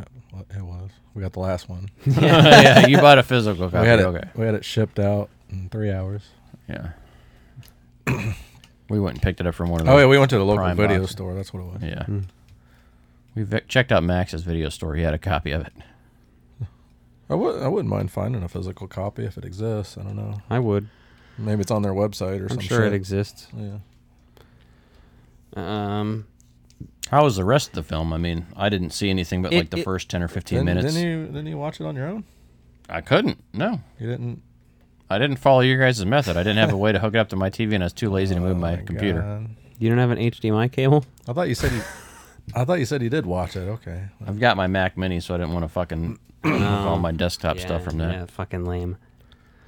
Speaker 12: it- it was. We got the last one.
Speaker 10: Yeah, you bought a physical copy,
Speaker 12: We had it,
Speaker 10: okay.
Speaker 12: We had it shipped out in three hours.
Speaker 10: Yeah. We went and picked it up from one of
Speaker 12: Oh
Speaker 10: those
Speaker 12: yeah, we went to the local
Speaker 10: Prime
Speaker 12: video
Speaker 10: boxes.
Speaker 12: store. That's what it was.
Speaker 10: Yeah. We ve- checked out Max's video store. He had a copy of it.
Speaker 12: I would. I wouldn't mind finding a physical copy if it exists. I don't know.
Speaker 11: I would.
Speaker 12: Maybe it's on their website or
Speaker 11: I'm
Speaker 12: something.
Speaker 11: sure it exists.
Speaker 12: Yeah.
Speaker 11: Um
Speaker 10: How was the rest of the film? I mean, I didn't see anything but
Speaker 12: It-
Speaker 10: like the
Speaker 12: it-
Speaker 10: first 10 or 15
Speaker 12: Didn't-
Speaker 10: minutes.
Speaker 12: Didn't you? Didn't you watch it on your own?
Speaker 10: I couldn't. No.
Speaker 12: You didn't.
Speaker 10: I didn't follow your guys' method. I didn't have a way to hook it up to my TV, and I was too lazy to move my, computer.
Speaker 12: Oh God.
Speaker 11: You don't have an HDMI cable?
Speaker 12: I thought you said you. I thought you said you did watch it. Okay.
Speaker 10: I've got my Mac Mini, so I didn't want to fucking move all my desktop
Speaker 11: Yeah,
Speaker 10: stuff from that.
Speaker 11: yeah, fucking lame.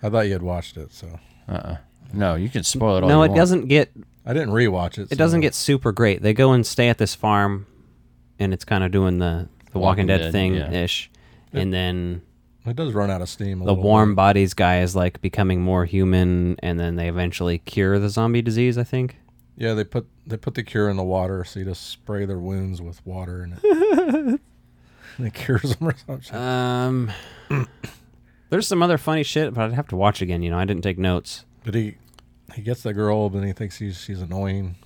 Speaker 12: I thought you had watched it. So.
Speaker 10: Uh-uh. No, you can spoil it all.
Speaker 11: No,
Speaker 10: you
Speaker 11: it
Speaker 10: want.
Speaker 11: doesn't get
Speaker 12: I didn't rewatch it.
Speaker 11: It doesn't get super great. They go and stay at this farm, and it's kind of doing the, the Walking,
Speaker 12: Walking
Speaker 11: Dead,
Speaker 12: Dead,
Speaker 11: thing
Speaker 12: yeah.
Speaker 11: ish. And then
Speaker 12: It does run out of steam. A
Speaker 11: the
Speaker 12: little bit.
Speaker 11: warm bodies guy is like becoming more human, and then they eventually cure the zombie disease. I think.
Speaker 12: Yeah, they put they put the cure in the water, so you just spray their wounds with water and it, and it cures them or something.
Speaker 11: Um, there's some other funny shit, but I'd have to watch again. You know, I didn't take notes.
Speaker 12: But he he gets the girl, but then he thinks he's she's annoying.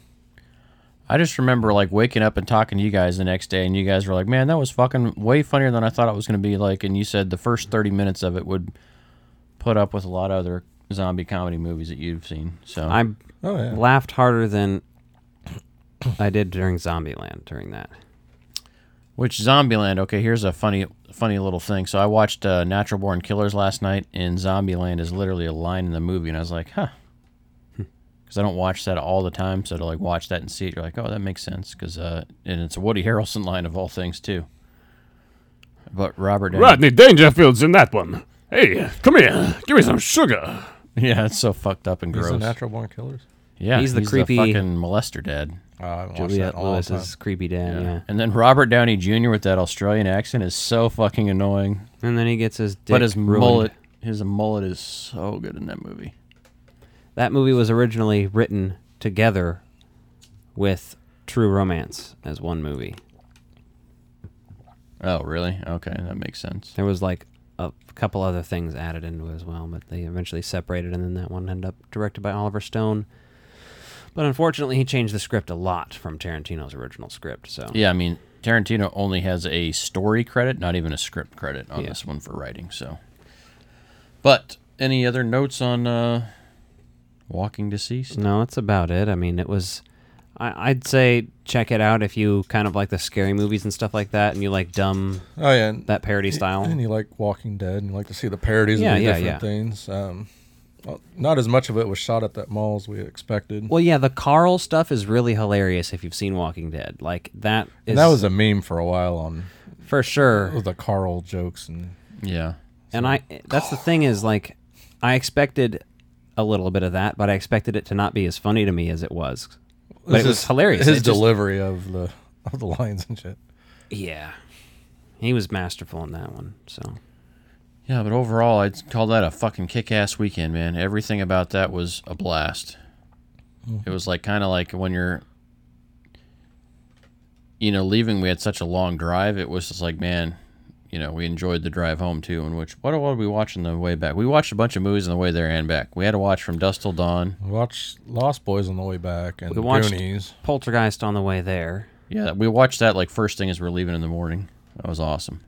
Speaker 10: I just remember like waking up and talking to you guys the next day, and you guys were like, "Man, that was fucking way funnier than I thought it was going to be." Like, and you said the first thirty minutes of it would put up with a lot of other zombie comedy movies that you've seen. So
Speaker 11: I
Speaker 12: Oh, yeah.
Speaker 11: laughed harder than I did during Zombieland. During that,
Speaker 10: Which Zombieland? Okay, here's a funny, funny little thing. So I watched uh, Natural Born Killers last night, and Zombieland is literally a line in the movie, and I was like, huh, because I don't watch that all the time. So to like watch that and see it, you're like, oh, that makes sense, because uh, and it's a Woody Harrelson line of all things too. But Robert Downey,
Speaker 14: Rodney Dangerfield's in that one. Hey, come here. Give me some sugar.
Speaker 10: yeah, it's so fucked up and
Speaker 12: He's
Speaker 10: gross.
Speaker 12: the natural born killers.
Speaker 10: yeah,
Speaker 11: He's the creepy-
Speaker 10: fucking molester dad.
Speaker 12: Uh, I haven't watched that
Speaker 11: Juliet
Speaker 12: in all the time.
Speaker 11: Lewis's creepy dad. yeah.
Speaker 10: And then Robert Downey Jr. with that Australian accent is so fucking annoying.
Speaker 11: And then he gets his dick
Speaker 10: but his
Speaker 11: ruined.
Speaker 10: mullet, his mullet is so good in that movie.
Speaker 11: That movie was originally written together with True Romance as one movie.
Speaker 10: Oh, really? Okay, that makes sense.
Speaker 11: There was like a couple other things added into it as well, but they eventually separated, and then that one ended up directed by Oliver Stone. But unfortunately, he changed the script a lot from Tarantino's original script. So
Speaker 10: Yeah, I mean, Tarantino only has a story credit, not even a script credit on
Speaker 11: Yeah.
Speaker 10: this one for writing. So, but any other notes on uh, Walking Deceased?
Speaker 11: No, that's about it. I mean, it was. I, I'd say check it out if you kind of like the scary movies and stuff like that, and you like dumb.
Speaker 12: Oh yeah,
Speaker 11: that parody style.
Speaker 12: And you like Walking Dead, and you like to see the parodies
Speaker 11: Yeah,
Speaker 12: of the
Speaker 11: yeah,
Speaker 12: different
Speaker 11: yeah.
Speaker 12: things. Um, well, not as much of it was shot at that mall as we expected.
Speaker 11: Well, yeah, the Carl stuff is really hilarious if you've seen Walking Dead. Like that is
Speaker 12: and that was a meme for a while on
Speaker 11: for sure.
Speaker 12: With the Carl jokes and
Speaker 10: yeah.
Speaker 11: And I that's the thing is like I expected a little bit of that, but I expected it to not be as funny to me as it was. But
Speaker 12: This
Speaker 11: it was
Speaker 12: is
Speaker 11: hilarious.
Speaker 12: His
Speaker 11: It just-
Speaker 12: delivery of the of the lines and shit.
Speaker 11: yeah. He was masterful in that one. So
Speaker 10: Yeah, but overall, I'd call that a fucking kick-ass weekend, man. Everything about that was a blast.
Speaker 12: Mhm.
Speaker 10: It was like kind of like when you're, you know, leaving. We had such a long drive. It was just like, man, you know, we enjoyed the drive home too. And which what what did we watch on the way back? We watched a bunch of movies on the way there and back. We had to watch from dusk till dawn.
Speaker 12: We watched Lost Boys on the way back and
Speaker 11: we watched
Speaker 12: Goonies.
Speaker 11: Poltergeist on the way there.
Speaker 10: Yeah, we watched that like first thing as we're leaving in the morning. That was awesome.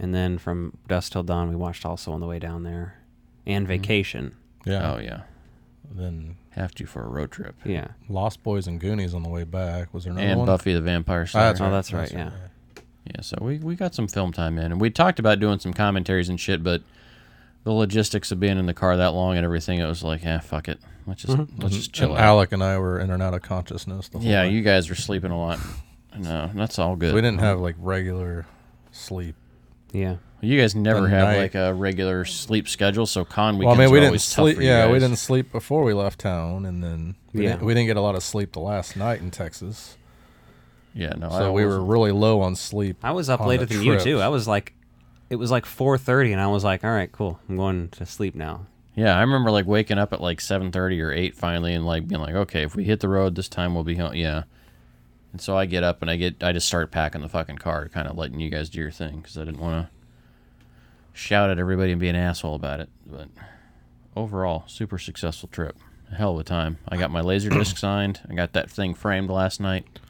Speaker 11: And then from dusk till dawn we watched also on the way down there. And
Speaker 12: Mm-hmm.
Speaker 11: vacation.
Speaker 12: Yeah.
Speaker 10: Oh yeah.
Speaker 12: Then
Speaker 10: have to for a road trip.
Speaker 11: Yeah.
Speaker 12: Lost Boys and Goonies on the way back. Was there another
Speaker 10: and
Speaker 12: one?
Speaker 10: Buffy the Vampire Slayer.
Speaker 12: that's right. That's right,
Speaker 10: yeah. Yeah, so we, we got some film time in, and we talked about doing some commentaries and shit, but the logistics of being in the car that long and everything, it was like, eh, fuck it, let's just
Speaker 12: Mhm.
Speaker 10: let's
Speaker 12: And-
Speaker 10: just chill
Speaker 12: and
Speaker 10: out.
Speaker 12: Alec and I were in and out of consciousness. The whole
Speaker 10: yeah,
Speaker 12: way.
Speaker 10: you guys were sleeping a lot. No, that's all good.
Speaker 12: We didn't have like regular sleep.
Speaker 11: Yeah.
Speaker 10: You guys never
Speaker 12: the
Speaker 10: have
Speaker 12: night.
Speaker 10: like a regular sleep schedule, so con
Speaker 12: Well, I
Speaker 10: weekends
Speaker 12: mean,
Speaker 10: we
Speaker 12: we
Speaker 10: are
Speaker 12: didn't
Speaker 10: always tough
Speaker 12: sleep.
Speaker 10: for you
Speaker 12: Yeah, we
Speaker 10: guys.
Speaker 12: didn't sleep before we left town, and then we,
Speaker 10: Yeah.
Speaker 12: didn't, we didn't get a lot of sleep the last night in Texas.
Speaker 10: Yeah, no,
Speaker 12: So
Speaker 10: I
Speaker 12: we were
Speaker 10: wasn't-
Speaker 12: really low on sleep.
Speaker 11: I was up
Speaker 12: on
Speaker 11: later
Speaker 12: the
Speaker 11: than you
Speaker 12: trip.
Speaker 11: too. I was like it was like four thirty and I was like, All right, cool. I'm going to sleep now.
Speaker 10: Yeah, I remember like waking up at like seven thirty or eight finally, and like being like, okay, if we hit the road this time, we'll be home. Yeah, and so I get up and I get I just start packing the fucking car, kind of letting you guys do your thing because I didn't want to shout at everybody and be an asshole about it. But overall, super successful trip, a hell of a time. I got my laser disc signed. I got that thing framed last night.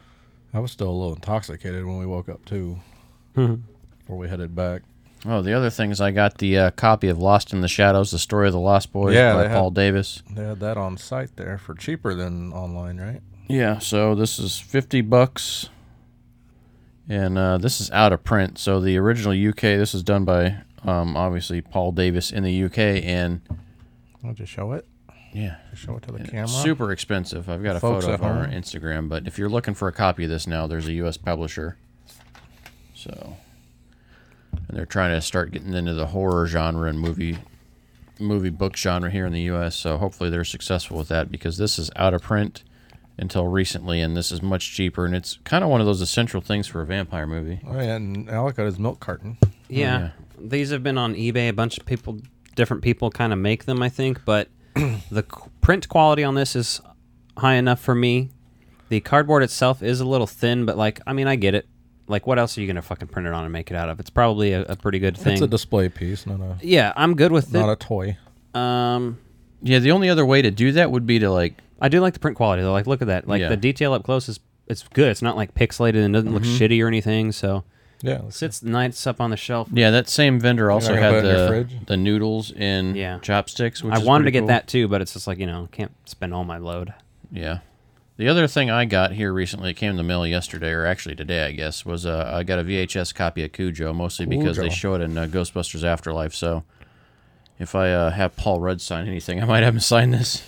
Speaker 12: I was still a little intoxicated when we woke up too,
Speaker 10: Mhm.
Speaker 12: before we headed back.
Speaker 10: Oh, the other thing is I got the uh, copy of Lost in the Shadows: The Story of the Lost Boys
Speaker 12: Yeah,
Speaker 10: by
Speaker 12: they had-
Speaker 10: Paul Davis.
Speaker 12: They had that on site there for cheaper than online, right?
Speaker 10: Yeah, so this is 50 bucks. And uh, this is out of print. So the original UK, this is done by um, obviously Paul Davis in the UK and
Speaker 12: I'll just show it.
Speaker 10: Yeah.
Speaker 12: Show it to the
Speaker 10: it's
Speaker 12: camera.
Speaker 10: super expensive. I've got a
Speaker 12: Folks
Speaker 10: photo
Speaker 12: at
Speaker 10: of our
Speaker 12: home.
Speaker 10: Instagram, but if you're looking for a copy of this now, there's a US publisher. So and they're trying to start getting into the horror genre and movie movie book genre here in the US. So hopefully they're successful with that because this is out of print until recently and this is much cheaper and it's kind of one of those essential things for a vampire movie.
Speaker 12: Oh yeah, and Alec got his milk carton.
Speaker 11: Oh, Yeah. These have been on eBay. A bunch of people, different people kind of make them, I think. But the qu- print quality on this is high enough for me. The cardboard itself is a little thin, but like, I mean, I get it. Like, what else are you going to fucking print it on and make it out of? It's probably a, a pretty good thing.
Speaker 12: It's a display piece, not a
Speaker 11: yeah, I'm good with
Speaker 12: not
Speaker 11: it.
Speaker 12: a toy.
Speaker 11: Um,
Speaker 10: yeah, the only other way to do that would be to like.
Speaker 11: I do like the print quality though. Like, look at that. Like
Speaker 10: Yeah.
Speaker 11: the detail up close is it's good. It's not like pixelated and doesn't look
Speaker 12: Mm-hmm.
Speaker 10: Mhm.
Speaker 11: shitty or anything. So
Speaker 12: Yeah,
Speaker 11: sits nights up on the shelf.
Speaker 10: Yeah, that same vendor also
Speaker 11: not gonna
Speaker 10: had
Speaker 11: put it in your
Speaker 10: the the noodles in chopsticks. Which
Speaker 11: I
Speaker 10: is
Speaker 11: wanted to
Speaker 10: pretty
Speaker 11: get
Speaker 10: cool.
Speaker 11: that too, but it's just like you know, can't spend all my load.
Speaker 10: Yeah. The other thing I got here recently, it came in the mail yesterday, or actually today, I guess, was uh, I got a VHS copy of Cujo, mostly because they
Speaker 12: Cujo.
Speaker 10: show it in uh, Ghostbusters Afterlife. So if I uh, have Paul Rudd sign anything, I might have him sign this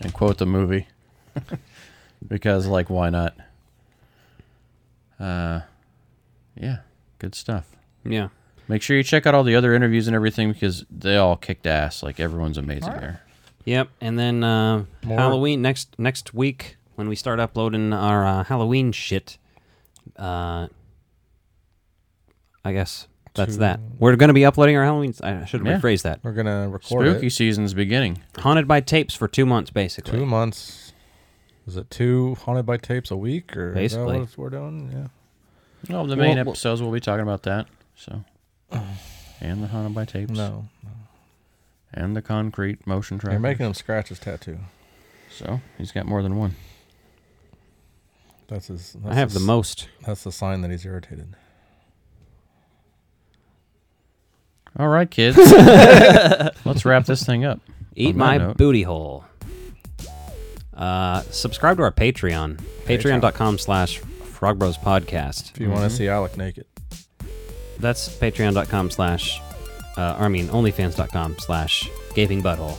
Speaker 10: and quote the movie. because, like, why not? Uh, yeah, good stuff.
Speaker 11: Yeah.
Speaker 10: Make sure you check out all the other interviews and everything because they all kicked ass. Like, everyone's amazing there.
Speaker 11: Yep. And then uh,
Speaker 10: More.
Speaker 11: Halloween next next week when we start uploading our uh, Halloween shit. Uh, I guess that's
Speaker 12: To-
Speaker 11: that. We're going to be uploading our Halloween. I should
Speaker 10: Yeah.
Speaker 11: rephrase that.
Speaker 12: We're gonna record
Speaker 10: Spooky
Speaker 12: it.
Speaker 10: season's beginning.
Speaker 11: Haunted by tapes for two months, basically.
Speaker 12: Two months. Is it two haunted by tapes a week or is that
Speaker 11: Basically.
Speaker 12: what we're doing? Yeah.
Speaker 10: No, the main
Speaker 12: Well, well-
Speaker 10: episodes we'll be talking about that. So, and the haunted by tapes.
Speaker 12: No.
Speaker 10: And the concrete motion track.
Speaker 12: You're making him scratch his tattoo.
Speaker 10: So he's got more than one.
Speaker 12: That's his. That's
Speaker 11: I have the
Speaker 12: his-
Speaker 11: most.
Speaker 12: That's the sign that he's irritated.
Speaker 10: All right, kids. Let's wrap this thing up.
Speaker 11: Eat
Speaker 10: On that
Speaker 11: my
Speaker 10: note.
Speaker 11: booty hole. Uh, subscribe to our Patreon.
Speaker 12: Patreon.
Speaker 11: Patreon.com slash Frog Bros Podcast.
Speaker 12: If you want to see Alec naked,
Speaker 11: That's patreon.com slash, uh, or I mean, onlyfans.com slash gaping butthole.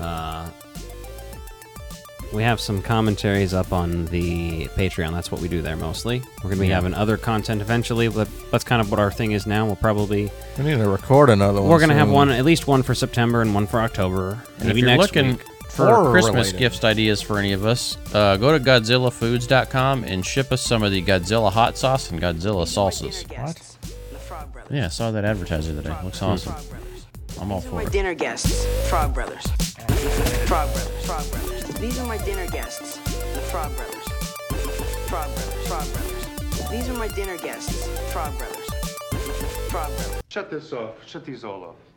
Speaker 11: Uh, We have some commentaries up on the Patreon. That's what we do there mostly. We're going to be
Speaker 12: Yeah.
Speaker 11: having other content eventually. But that's kind of what our thing is now. We'll probably
Speaker 12: We need to record another one.
Speaker 11: we're going to have
Speaker 12: soon.
Speaker 11: one at least one for September and one for October.
Speaker 10: And
Speaker 11: maybe
Speaker 10: if you're
Speaker 11: next
Speaker 10: looking
Speaker 11: week.
Speaker 10: for
Speaker 11: Horror
Speaker 10: Christmas
Speaker 11: related.
Speaker 10: gift ideas for any of us, uh, go to GodzillaFoods.com and ship us some of the Godzilla hot sauce and Godzilla salsas. What? Yeah, I saw that advertised the other day. Looks awesome. I'm all for
Speaker 15: My
Speaker 10: it.
Speaker 15: dinner guests, Frog Brothers. Frog Brothers. Frog Brothers. These are my dinner guests, the Frog Brothers. Frog Brothers. Frog Brothers. These are my dinner guests, Frog Brothers. Frog Brothers.
Speaker 16: Shut this off. Shut these all off.